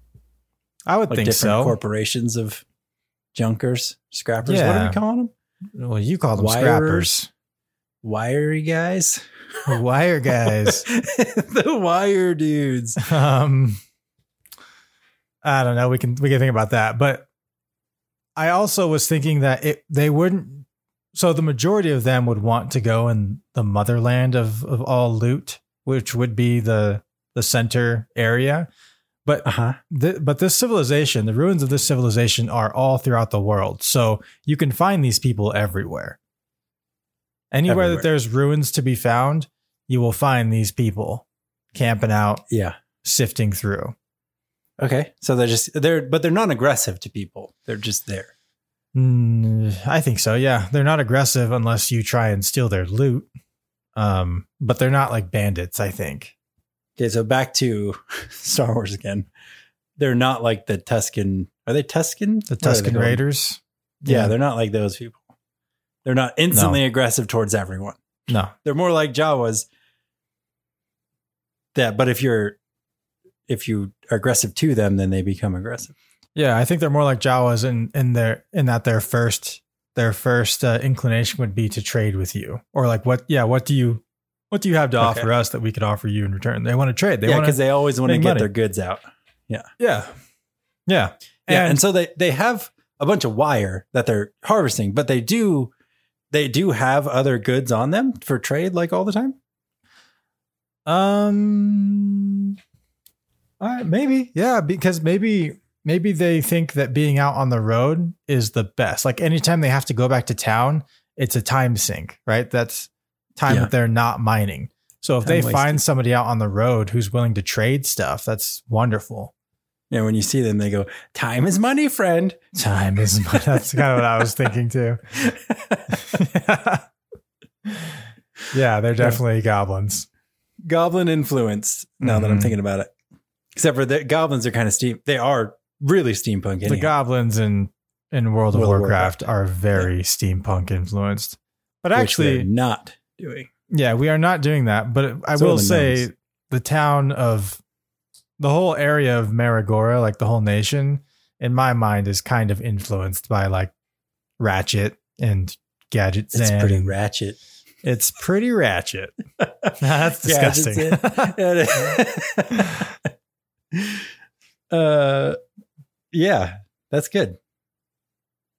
S1: I would
S2: Like
S1: think
S2: different
S1: so.
S2: corporations of junkers, scrappers. What are
S1: Yeah.
S2: we calling them?
S1: well, you call them
S2: Wires.
S1: scrappers,
S2: Wiry guys?
S1: wire guys.
S2: the wire dudes.
S1: um, I don't know. We can we can think about that, but I also was thinking that it they wouldn't. So the majority of them would want to go in the motherland of of all loot, which would be the the center area. But
S2: huh.
S1: th- but this civilization, the ruins of this civilization are all throughout the world. So you can find these people everywhere. Anywhere
S2: Everywhere.
S1: that there's ruins to be found, you will find these people camping out,
S2: Yeah.
S1: sifting through.
S2: Okay. So they're just, they're, but they're non aggressive to people. They're just there.
S1: Mm, I think so. Yeah, they're not aggressive unless you try and steal their loot. Um, but they're not like bandits. I think.
S2: Okay. So back to Star Wars again. They're not like the Tuscan. Are they
S1: The
S2: Tuscan? What are they
S1: Tuscan
S2: called?
S1: Raiders.
S2: Yeah, They're not like those people. They're not instantly aggressive towards everyone.
S1: no.
S2: they're more like Jawas. That, but if you're if you are aggressive to them, then they become aggressive.
S1: Yeah, I think they're more like Jawas in in their in that their first their first uh, inclination would be to trade with you or like what? Yeah, what do you what do you have to
S2: Okay.
S1: offer us that we could offer you in return? They want to trade. They
S2: yeah,
S1: want
S2: because
S1: to.
S2: they always want to
S1: make
S2: get
S1: money.
S2: their goods out.
S1: Yeah, yeah,
S2: yeah, and so they they have a bunch of wire that they're harvesting, but they do they do have other goods on them for trade, like all the time.
S1: Um, I- maybe, yeah, because maybe maybe they think that being out on the road is the best. Like anytime they have to go back to town, it's a time sink, right? That's time
S2: Yeah.
S1: that they're not mining. So if
S2: Time
S1: they
S2: wasted.
S1: find somebody out on the road who's willing to trade stuff, that's wonderful.
S2: And when you see them, they go, "Time is money, friend."
S1: Time is that's kind of what I was thinking too. yeah, they're definitely goblins.
S2: goblin influenced. Now that I'm
S1: Mhm.
S2: thinking about it, except for the goblins are kind of steam. They are really steampunk.
S1: the
S2: anyhow.
S1: goblins in in World of
S2: World of
S1: Warcraft, are very steampunk influenced. But
S2: actually
S1: actually,
S2: not doing.
S1: yeah, we are not doing that. But it- I
S2: So
S1: will
S2: the
S1: say
S2: gnomes.
S1: the town of the whole area of Maragora, like the whole nation, in my mind, is kind of influenced by like Ratchet and Gadget
S2: It's
S1: Zan.
S2: pretty ratchet.
S1: It's pretty Ratchet. That's
S2: Gadget
S1: disgusting.
S2: uh, yeah, that's good.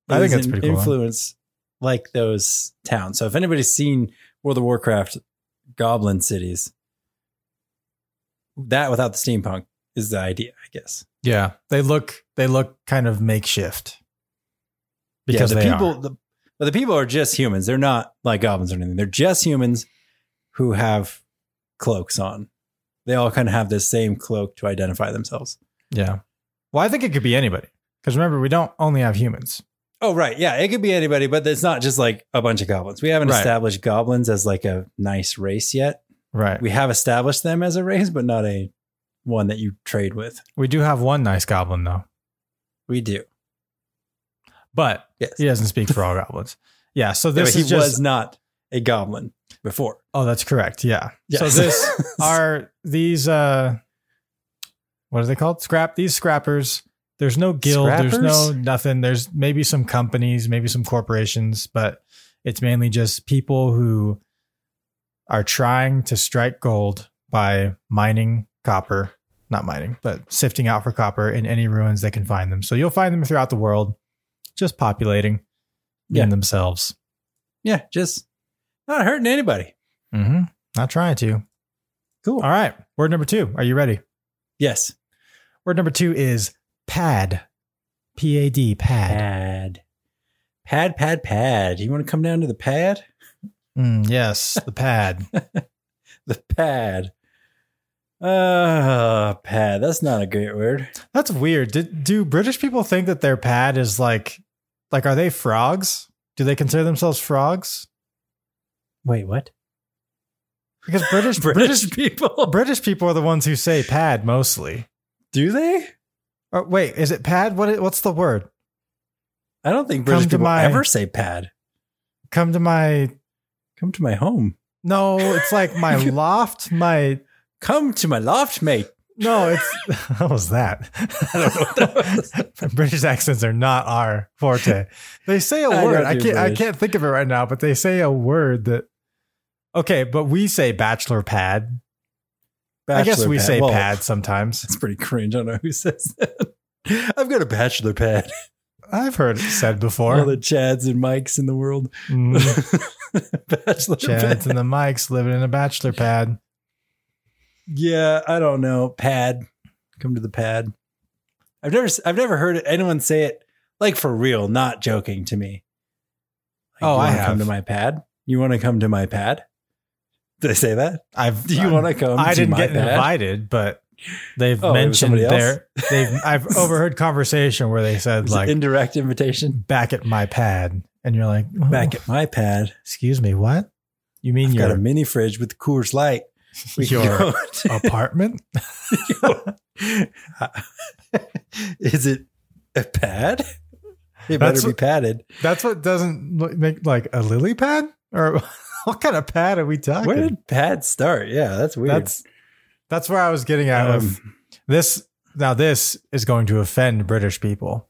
S1: I think
S2: It is
S1: that's
S2: an
S1: pretty cool, huh?
S2: Influence like those towns. So if anybody's seen World of Warcraft Goblin cities, that without the steampunk is the idea, I guess.
S1: yeah, they look they look kind of makeshift because
S2: the
S1: they
S2: people,
S1: are.
S2: The, but the people are just humans. They're not like goblins or anything. They're just humans who have cloaks on. They all kind of have the same cloak to identify themselves.
S1: Yeah. Well, I think it could be anybody because remember, we don't only have humans.
S2: Oh, right. Yeah. It could be anybody, but it's not just like a bunch of goblins. We haven't
S1: Right.
S2: established goblins as like a nice race yet.
S1: Right.
S2: We have established them as a race, but not a one that you trade with.
S1: We do have one nice goblin though,
S2: We do.
S1: but
S2: Yes.
S1: he doesn't speak for all goblins. Yeah, so
S2: Yeah, but
S1: this
S2: he
S1: is just
S2: was not a goblin before.
S1: Oh, that's correct. Yeah.
S2: Yes.
S1: So this are these uh what are they called? Scrap these scrappers. There's no guild, there's no
S2: Scrappers?
S1: nothing. There's maybe some companies, maybe some corporations, but it's mainly just people who are trying to strike gold by mining copper, not mining, but sifting out for copper in any ruins they can find them. So you'll find them throughout the world, just populating
S2: Yeah.
S1: in themselves.
S2: yeah, just not hurting anybody.
S1: Mm-hmm. Not trying to.
S2: Cool.
S1: All right. Word number two. Are you ready?
S2: Yes.
S1: Word number two is pad. P A D, pad.
S2: Pad. Pad, pad, pad. You want to come down to the pad?
S1: Mm, yes, the pad.
S2: The pad. Uh pad. That's not a great word.
S1: That's weird. Did, do British people think that their pad is like, like, are they frogs? Do they consider themselves frogs?
S2: Wait, what?
S1: Because British, British,
S2: British people.
S1: British people are the ones who say pad mostly.
S2: Do they?
S1: Or wait, is it pad? What? i- What's the word?
S2: I don't think
S1: Come
S2: British
S1: to
S2: people
S1: my-
S2: ever say pad.
S1: Come to my.
S2: Come to my home.
S1: No, it's like my loft. My
S2: Come to my loft, mate.
S1: no, it's what was that?
S2: I don't know what that was.
S1: British accents are not our forte. They say a
S2: I
S1: word.
S2: don't
S1: I
S2: do
S1: can't. I
S2: British.
S1: can't think of it right now. But they say a word that. Okay, but we say bachelor pad. I guess
S2: Bachelor
S1: we
S2: pad.
S1: say
S2: Well,
S1: pad sometimes.
S2: That's pretty cringe. I don't know who says that. I've got a bachelor pad.
S1: I've heard it said
S2: All
S1: before.
S2: the Chads and Mikes in the world.
S1: Mm,
S2: bachelor pad.
S1: Chads and the mics living in a bachelor pad.
S2: Yeah, I don't know. Pad. Come to the pad. I've never I've never heard anyone say it like for real, not joking to me.
S1: Oh,
S2: you
S1: I
S2: wanna
S1: have.
S2: come to my pad. You want to come to my pad? Did I say that?
S1: I've.
S2: Do you want to come?
S1: I
S2: to
S1: didn't
S2: my
S1: get
S2: pad?
S1: invited, but they've
S2: Oh, it was
S1: mentioned
S2: somebody else?
S1: their. They've. I've overheard conversation where they
S2: It
S1: said
S2: was an
S1: like
S2: indirect invitation.
S1: back at my pad, and you're like
S2: Back at my pad.
S1: Excuse me, what? You mean
S2: I've got a
S1: your
S2: mini fridge with Coors Light. We can
S1: your
S2: go to-
S1: apartment?
S2: Is it a pad? It better
S1: That's-
S2: be padded.
S1: That's what doesn't look- make like a lily pad, or what kind of pad are we talking?
S2: Where did pad start? Yeah, that's weird.
S1: That's that's where I was getting at. with
S2: Um,
S1: this now, this is going to offend British people,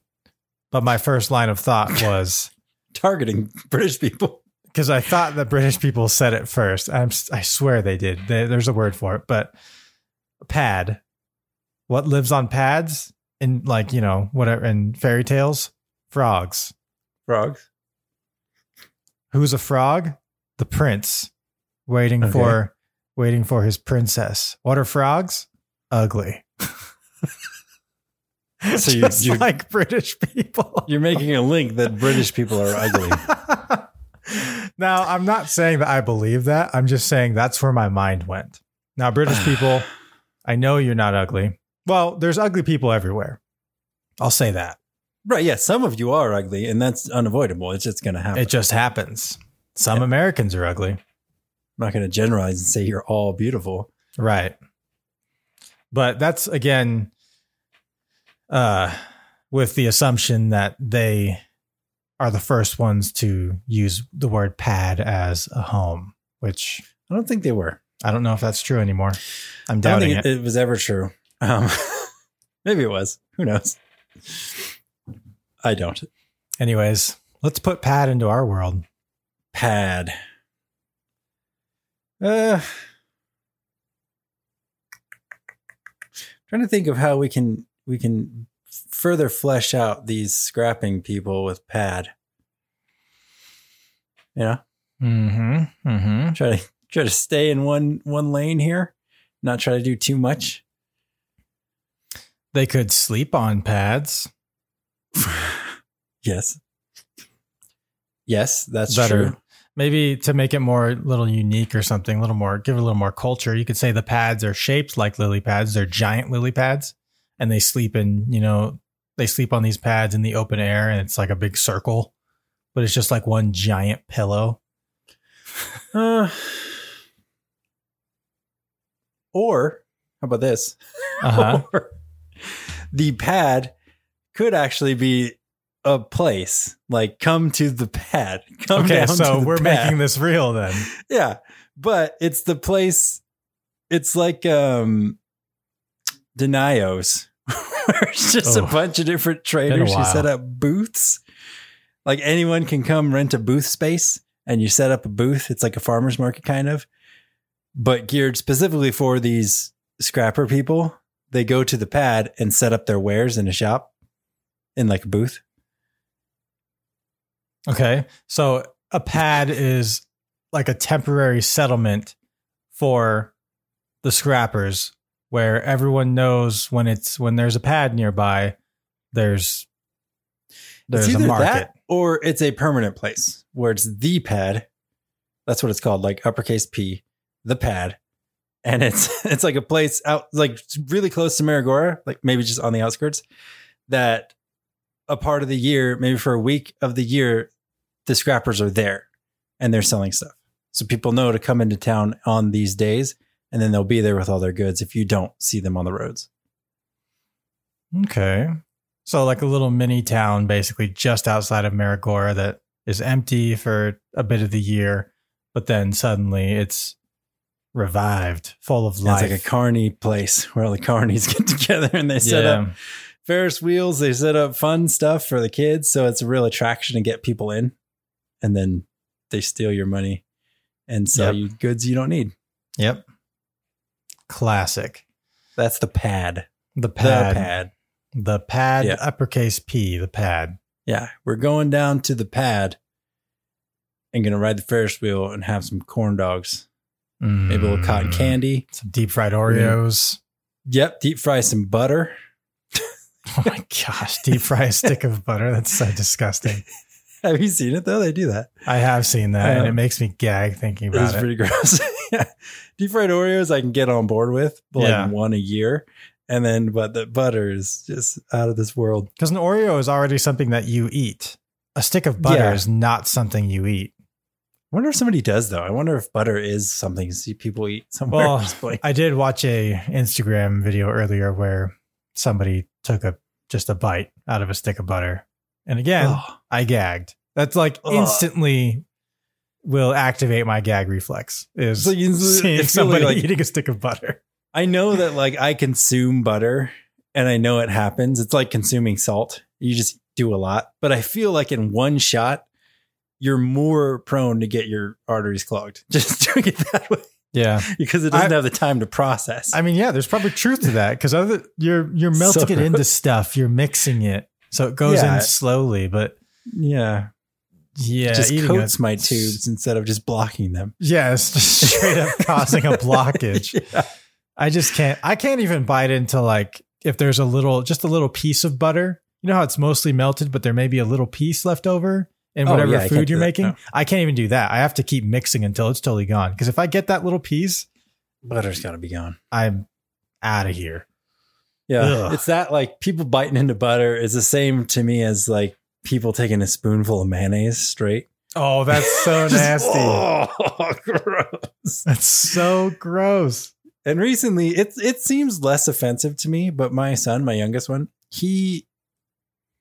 S1: but my first line of thought was
S2: targeting British people.
S1: because I thought that British people said it first. I'm, s- I swear they did. There- there's a word for it, but pad. What lives on pads in like you know whatever in fairy tales? Frogs.
S2: Frogs.
S1: Who's a frog? The prince, waiting
S2: Okay.
S1: for waiting for his princess. What are frogs? Ugly.
S2: So you-
S1: Just
S2: you-
S1: like British people.
S2: You're making a link that British people are ugly.
S1: now, I'm not saying that I believe that. I'm just saying that's where my mind went. Now, British people, I know you're not ugly. Well, there's ugly people everywhere. I'll say that.
S2: right. Yeah. Some of you are ugly, and that's unavoidable. It's just going to happen.
S1: It just happens. Some
S2: Yeah.
S1: Americans are ugly.
S2: I'm not going to generalize and say you're all beautiful.
S1: Right. But that's again uh with the assumption that they are the first ones to use the word pad as a home, which
S2: I don't think they were.
S1: I don't know if that's true anymore. I'm
S2: I don't
S1: doubting
S2: think
S1: it.
S2: it, it was ever true. Um, maybe it was. Who knows? I don't.
S1: Anyways, let's put pad into our world.
S2: Pad. Uh, trying to think of how we can we can further flesh out these scrapping people with pad. You know,
S1: Mm-hmm. Mm-hmm.
S2: try to try to stay in one one lane here, not try to do too much.
S1: They could sleep on pads
S2: Yes. Yes, that's
S1: Better.
S2: true.
S1: Maybe to make it more a little unique or something, a little more, give it a little more culture. You could say the pads are shaped like lily pads. They're giant lily pads, and they sleep in, you know, they sleep on these pads in the open air, and it's like a big circle, but it's just like one giant pillow.
S2: Uh, or How about this?
S1: Uh-huh.
S2: Or the pad could actually be a place. Like, come to the pad. Come
S1: okay,
S2: down
S1: so
S2: to the
S1: we're
S2: pad.
S1: making this real then.
S2: Yeah, but it's the place. It's like um Denios, where it's just
S1: Oh.
S2: a bunch of different traders who
S1: while.
S2: set up booths. Like anyone can come rent a booth space, and you set up a booth. It's like a farmers market kind of, but geared specifically for these scrapper people. They go to the pad and set up their wares in a shop, in like a booth.
S1: Okay. So a pad is like a temporary settlement for the scrappers where everyone knows when it's when there's a pad nearby, there's there's
S2: it's
S1: a
S2: either
S1: market.
S2: that or it's a permanent place where it's the pad. That's what it's called, like uppercase P, the pad, and it's it's like a place out, like really close to Maragora, like maybe just on the outskirts. That a part of the year, maybe for a week of the year, the scrappers are there and they're selling stuff. So people know to come into town on these days, and then they'll be there with all their goods. If you don't see them on the roads,
S1: Okay. So like a little mini town basically just outside of Maragora that is empty for a bit of the year, but then suddenly it's revived, full of
S2: And
S1: life.
S2: it's like a carny place where all the carnies get together and they set up Ferris wheels. They set up fun stuff for the kids, so it's a real attraction to get people in. And then they steal your money and sell
S1: Yep.
S2: you goods you don't need.
S1: Yep. Classic.
S2: That's the pad.
S1: The
S2: The
S1: pad.
S2: pad.
S1: The pad,
S2: Yeah.
S1: uppercase P, the pad.
S2: Yeah, we're going down to the pad and gonna ride the Ferris wheel and have some corn dogs, maybe a little cotton
S1: Mm.
S2: candy.
S1: Some deep fried Oreos.
S2: Yep, deep fry some butter.
S1: Oh my gosh, deep fry a stick of butter. That's so disgusting.
S2: Have you seen it though? They do that.
S1: I have seen that and
S2: Yeah.
S1: it makes me gag thinking
S2: It was
S1: about it.
S2: pretty gross. yeah. Deep fried Oreos I can get on board with, but
S1: Yeah.
S2: like one a year. And then but the butter is just out of this world.
S1: Because an Oreo is already something that you eat. A stick of butter
S2: Yeah.
S1: is not something you eat.
S2: I wonder if somebody does though. I wonder if butter is something see people eat somewhere.
S1: Well,
S2: It's like-
S1: I did watch a Instagram video earlier where somebody took a just a bite out of a stick of butter. And again,
S2: Ugh.
S1: I gagged. That's like
S2: Ugh.
S1: instantly will activate my gag reflex is
S2: It's like instantly- I
S1: seeing
S2: feel
S1: somebody
S2: like-
S1: eating a stick of butter.
S2: I know that like I consume butter and I know it happens. It's like consuming salt. You just do a lot. But I feel like in one shot, you're more prone to get your arteries clogged just doing it that way
S1: Yeah.
S2: because it doesn't
S1: I-
S2: have the time to process.
S1: I mean, yeah, there's probably truth to that because other you're you're melting
S2: So-
S1: it into stuff, you're mixing it. So it goes
S2: Yeah.
S1: in slowly, but
S2: yeah.
S1: yeah,
S2: just
S1: eating
S2: coats
S1: a-
S2: my tubes instead of just blocking them.
S1: Yeah, it's just straight up causing a blockage.
S2: Yeah.
S1: I just can't. I can't even bite into like if there's a little, just a little piece of butter. You know how it's mostly melted, but there may be a little piece left over in
S2: Oh,
S1: whatever
S2: yeah, I can't
S1: food
S2: do
S1: you're
S2: that,
S1: making.
S2: no.
S1: I can't even do that. I have to keep mixing until it's totally gone. Because if I get that little piece,
S2: Butter's got to be gone.
S1: I'm out of here.
S2: Yeah.
S1: Ugh.
S2: It's that like people biting into butter is the same to me as like people taking a spoonful of mayonnaise straight.
S1: Oh, that's so
S2: Just,
S1: nasty.
S2: Oh, gross.
S1: That's so gross.
S2: And recently, it it seems less offensive to me. But my son, my youngest one, he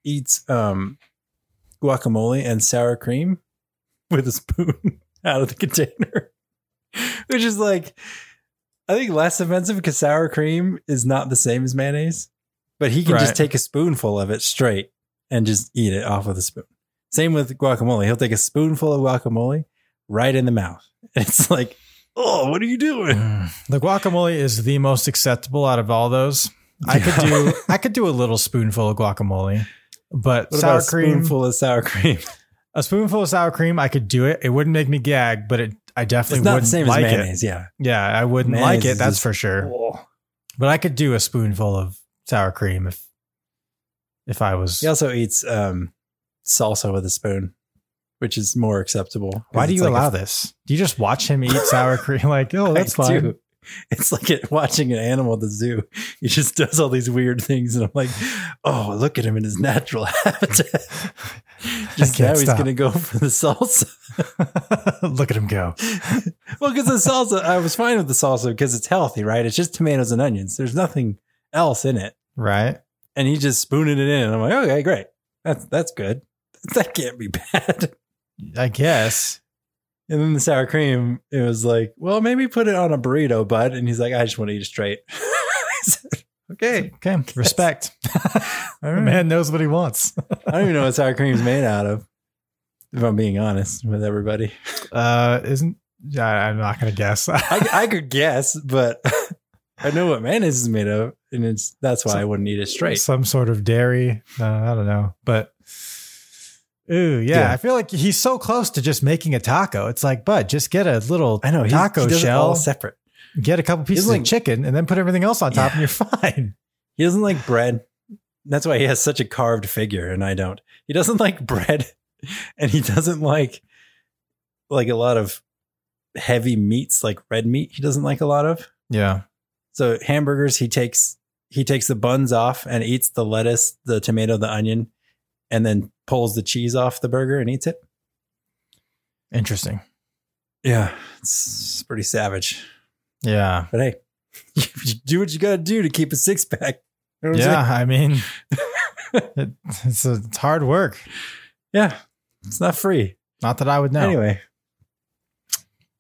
S2: eats um, guacamole and sour cream with a spoon out of the container, which is like, I think less offensive because sour cream is not the same as mayonnaise. But he can
S1: Right.
S2: just take a spoonful of it straight and just eat it off with a spoon. Same with guacamole. He'll take a spoonful of guacamole right in the mouth. It's like, oh, what are you doing?
S1: the guacamole is the most acceptable out of all those. I could do. I could do a little spoonful of guacamole, but
S2: What
S1: sour
S2: about a
S1: cream.
S2: spoonful of sour cream?
S1: A spoonful of sour cream, I could do it. It wouldn't make me gag, but it, I definitely
S2: It's not
S1: wouldn't
S2: the same
S1: like
S2: as mayonnaise. Yeah.
S1: it. Yeah, I wouldn't
S2: Mayonnaise
S1: like it.
S2: is
S1: That's
S2: just-
S1: for sure. But I could do a spoonful of sour cream if if I was.
S2: He also eats um, salsa with a spoon, which is more acceptable. 'cause
S1: Why do
S2: it's
S1: you
S2: like
S1: allow
S2: a-
S1: this? Do you just watch him eat sour cream? Like, oh, that's
S2: I
S1: fine.
S2: do. It's like it- watching an animal at the zoo. He just does all these weird things, and I'm like, oh, look at him in his natural habitat. Just now
S1: can't
S2: he's
S1: stop.
S2: gonna go for the salsa.
S1: Look at him go.
S2: well, because the salsa, I was fine with the salsa because it's healthy, right? It's just tomatoes and onions. There's nothing else in it.
S1: Right?
S2: And he just spooned it in, and I'm like, okay, great. That's that's good. That can't be bad.
S1: I guess.
S2: And then the sour cream, it was like, well, maybe put it on a burrito, bud. And he's like, I just want to eat it straight. I said, okay.
S1: Okay. Respect.
S2: All
S1: The
S2: right.
S1: man knows what he wants.
S2: I don't even know what sour cream's made out of. If I'm being honest with everybody,
S1: Uh, isn't yeah, I'm not gonna guess.
S2: I, I could guess, but I know what mayonnaise is made of, and it's that's why I wouldn't eat it straight.
S1: Some sort of dairy. No, I don't know. But ooh, yeah,
S2: Yeah.
S1: I feel like he's so close to just making a taco. It's like, bud, just get a little
S2: I know he,
S1: taco
S2: he does it all
S1: shell,
S2: separate.
S1: get a couple pieces
S2: like-
S1: of chicken, and then put everything else on top, and
S2: Yeah.
S1: you're fine.
S2: He doesn't like bread. That's why he has such a carved figure, and I don't. He doesn't like bread, and he doesn't like like a lot of heavy meats, like red meat. He doesn't like a lot of.
S1: Yeah.
S2: So hamburgers, he takes he takes the buns off and eats the lettuce, the tomato, the onion, and then pulls the cheese off the burger and eats it.
S1: Interesting.
S2: Yeah, it's pretty savage.
S1: Yeah.
S2: But hey, you do what you got to do to keep a six pack. You know what I'm
S1: Yeah.
S2: saying?
S1: I mean, it, it's, a, it's hard work.
S2: yeah, it's not free.
S1: Not that I would know.
S2: Anyway,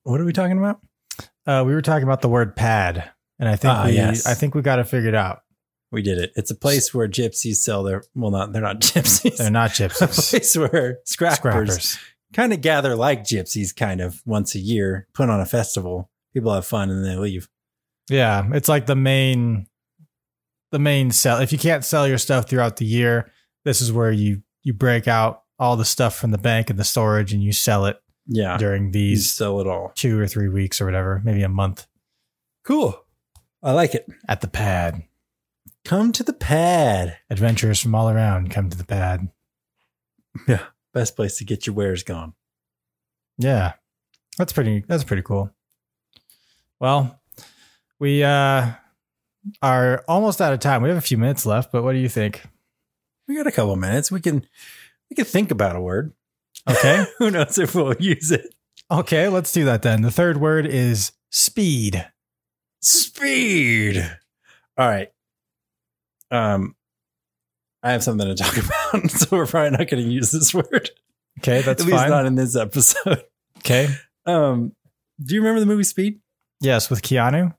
S2: what are we talking about?
S1: Uh, we were talking about the word pad, and I think
S2: Ah,
S1: we,
S2: yes.
S1: I think we got it figured out.
S2: We did it. It's a place where gypsies sell their well, not they're not gypsies.
S1: They're not
S2: a
S1: gypsies.
S2: place where scrappers,
S1: Scrappers.
S2: kind of gather like gypsies, kind of once a year, put on a festival. People have fun and then they leave.
S1: Yeah, it's like the main, the main sell. If you can't sell your stuff throughout the year, this is where you you break out all the stuff from the bank and the storage, and you sell it
S2: Yeah,
S1: during
S2: you
S1: these
S2: sell it all.
S1: two or three weeks or whatever, maybe a month
S2: Cool. I like it.
S1: at the pad.
S2: Come to the pad.
S1: Adventurers from all around come to the pad.
S2: Best place to get your wares gone.
S1: Yeah, that's pretty. That's pretty cool. Well, we uh, are almost out of time. We have a few minutes left, but what do you think?
S2: We got a couple minutes. We can we can think about a word.
S1: Okay,
S2: Who knows if we'll use it?
S1: okay, let's do that then. The third word is speed.
S2: Speed. All right. Um, I have something to talk about, so we're probably not going to use this word.
S1: Okay, that's
S2: At least
S1: fine.
S2: not in this episode.
S1: okay.
S2: Um, do you remember the movie Speed
S1: Yes, with Keanu.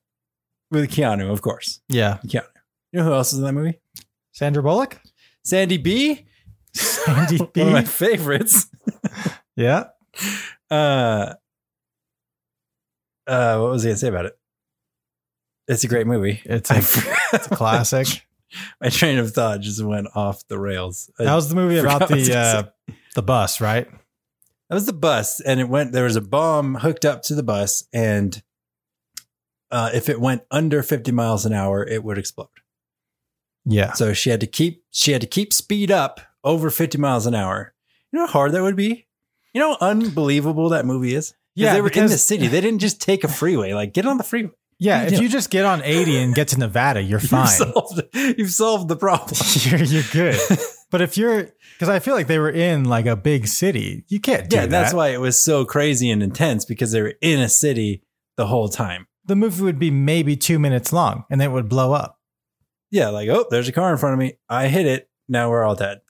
S2: with Keanu? Of course.
S1: Yeah.
S2: You know who else is in that movie?
S1: Sandra Bullock.
S2: Sandy B.
S1: Sandy
S2: One of my
S1: B.
S2: favorites.
S1: Yeah.
S2: Uh, uh, what was I going to say about it? It's a great movie.
S1: It's
S2: I
S1: a,
S2: forgot.
S1: it's a classic.
S2: My train of thought just went off the rails.
S1: That was the movie about
S2: Forgot what I was
S1: the uh,
S2: gonna
S1: the bus, right?
S2: That was the bus, and it went. There was a bomb hooked up to the bus, and uh, if it went under fifty miles an hour, it would explode.
S1: Yeah.
S2: So she had to keep she had to keep speed up over fifty miles an hour. You know how hard that would be. You know, how unbelievable that movie is. 'Cause
S1: Yeah,
S2: they were in
S1: because-
S2: the city. They didn't just take a freeway. Like, get on the freeway.
S1: Yeah.
S2: You
S1: If
S2: do-
S1: you just get on 80 and get to Nevada, you're fine.
S2: You've solved, you've solved the problem.
S1: you're, you're good. But if you're, because I feel like they were in like a big city, you can't do
S2: yeah,
S1: that.
S2: that's why it was so crazy and intense because they were in a city the whole time.
S1: the movie would be maybe two minutes long and then it would blow up.
S2: yeah, like, oh, there's a car in front of me. I hit it. Now we're all dead.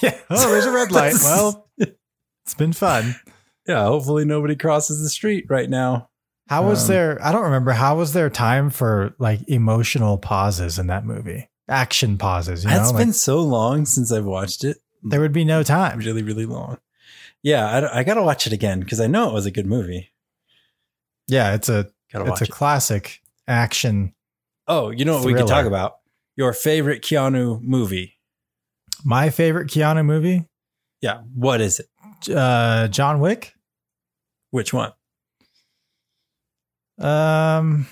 S1: Yeah. Oh, there's a red light. well, it's been fun.
S2: yeah, hopefully nobody crosses the street right now.
S1: How was
S2: Um,
S1: their? I don't remember. How was their time for like emotional pauses in that movie? Action pauses. You know,
S2: It's
S1: like,
S2: been so long since I've watched it.
S1: there would be no time.
S2: Really, really long. Yeah, I, got to watch it again because I know it was a good movie.
S1: Yeah, it's a
S2: Got to
S1: it's
S2: watch
S1: a
S2: it.
S1: classic action.
S2: Oh, you know what we could
S1: thriller.
S2: talk about? Your favorite Keanu movie.
S1: My favorite Keanu movie,
S2: Yeah, what is it?
S1: uh, John Wick.
S2: Which one?
S1: Um,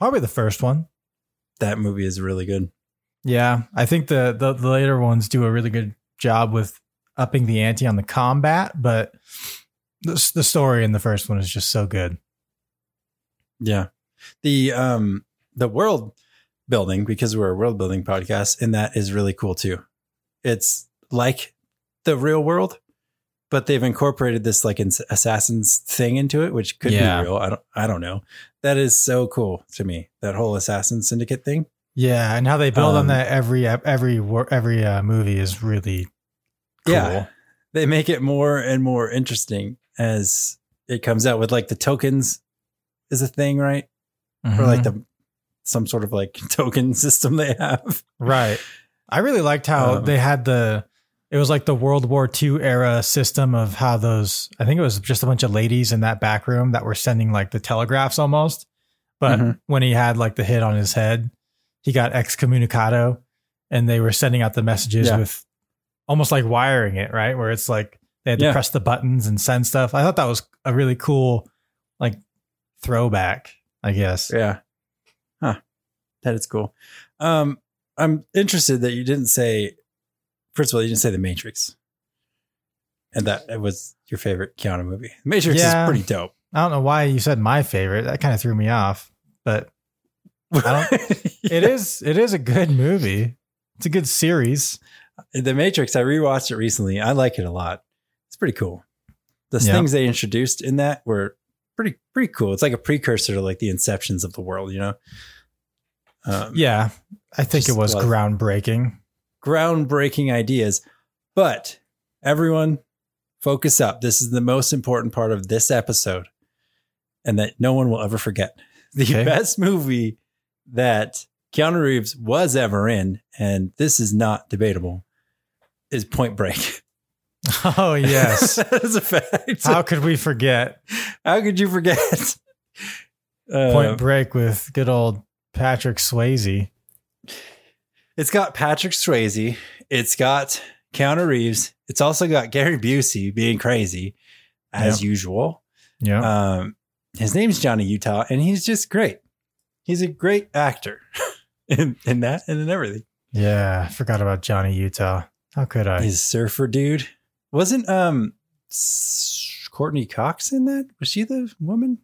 S1: probably the first one.
S2: That movie is really good.
S1: Yeah, I think the, the the later ones do a really good job with upping the ante on the combat, but the s- the story in the first one is just so good.
S2: Yeah. The um the world building because we're a world building podcast and that is really cool too. It's like the real world, but they've incorporated this like ins- assassins thing into it, which could
S1: Yeah.
S2: be real. I don't I don't know. That is so cool to me. That whole assassin syndicate thing.
S1: Yeah, and how they build on
S2: Um,
S1: that every ep- every wor- every uh, movie is really cool.
S2: Yeah. They make it more and more interesting as it comes out with like the tokens is a thing, right? Or like the some sort of like token system they have.
S1: right. I really liked how
S2: Um,
S1: they had the it was like the World War II era system of how those I think it was just a bunch of ladies in that back room that were sending like the telegraphs almost. But
S2: Mhm.
S1: when he had like the hit on his head, he got excommunicado and they were sending out the messages
S2: Yeah.
S1: with almost like wiring it, right? Where it's like they had to
S2: Yeah.
S1: press the buttons and send stuff. I thought that was a really cool like throwback, I guess.
S2: Yeah. Huh. That is cool. Um, I'm interested that you didn't say, first of all, you didn't say The Matrix. And that it was your favorite Keanu movie. The Matrix
S1: Yeah.
S2: is pretty dope.
S1: I don't know why you said my favorite. That kind of threw me off, but I it is it is a good movie. It's a good series.
S2: The Matrix, I rewatched it recently. I like it a lot. It's pretty cool. The
S1: Yeah.
S2: things they introduced in that were pretty pretty cool. It's like a precursor to like the inceptions of the world, you know? Um,
S1: Yeah, I think
S2: Just
S1: it was
S2: like-
S1: groundbreaking.
S2: groundbreaking ideas. But everyone, focus up. This is the most important part of this episode, and that no one will ever forget. The
S1: Okay.
S2: best movie that Keanu Reeves was ever in, and this is not debatable, is Point Break.
S1: Oh yes,
S2: that is a fact.
S1: how
S2: How,
S1: could we forget
S2: could you forget? Uh,
S1: Point Break with good old Patrick Swayze?
S2: It's got Patrick Swayze. It's got Keanu Reeves. It's also got Gary Busey being crazy, as usual.
S1: Yeah,
S2: Um, his name's Johnny Utah, and he's just great. He's a great actor in, in that and in everything.
S1: yeah. I forgot about Johnny Utah. How could I?
S2: He's a surfer dude. Wasn't um S- Courtney Cox in that? Was she the woman?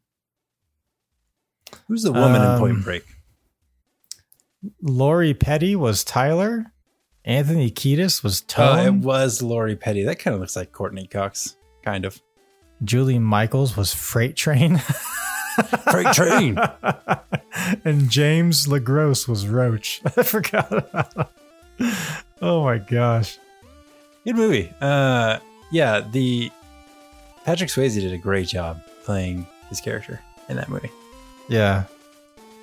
S2: Who's the woman in
S1: Um,
S2: Point Break?
S1: Lori Petty was Tyler. Anthony Kiedis was
S2: Oh, it
S1: Tone.
S2: was Lori Petty. That kind of looks like Courtney Cox, kind of.
S1: Julie Michaels was Freight Train.
S2: Freight train.
S1: and James LaGrosse was Roach. I forgot. About oh my gosh.
S2: Good movie. Uh, yeah, the Patrick Swayze did a great job playing his character in that movie.
S1: Yeah.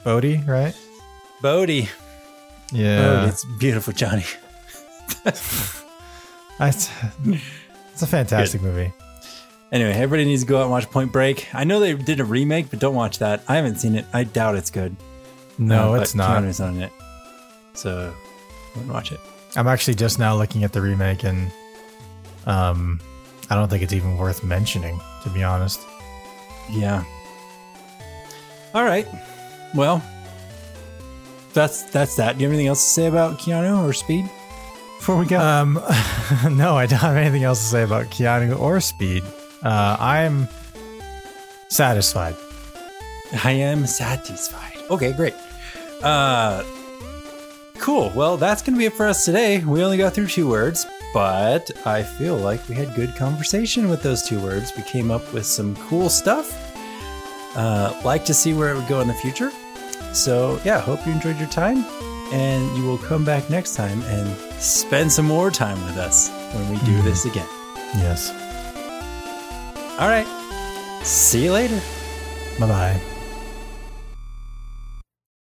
S1: Bodie, right?
S2: Bodie, Bodie,
S1: Yeah.
S2: it's Oh, beautiful, Johnny.
S1: That's, it's a fantastic movie.
S2: Anyway, everybody needs to go out and watch Point Break. I know they did a remake, but don't watch that. I haven't seen it. I doubt it's good.
S1: No,
S2: Uh, but
S1: it's not.
S2: Keanu's on it, so don't watch it.
S1: I'm actually just now looking at the remake and um I don't think it's even worth mentioning, to be honest.
S2: Yeah. All right. Well, that's that's that. Do you have anything else to say about Keanu or Speed before we go?
S1: Um, no, I don't have anything else to say about Keanu or Speed. Uh, I'm satisfied.
S2: I am satisfied. Okay, great. Uh, cool. Well, that's going to be it for us today. We only got through two words, but I feel like we had good conversation with those two words. We came up with some cool stuff. Uh, like to see where it would go in the future. So, yeah, hope you enjoyed your time and you will come back next time and spend some more time with us when we do this again.
S1: Yes.
S2: All right. See you later.
S1: Bye bye.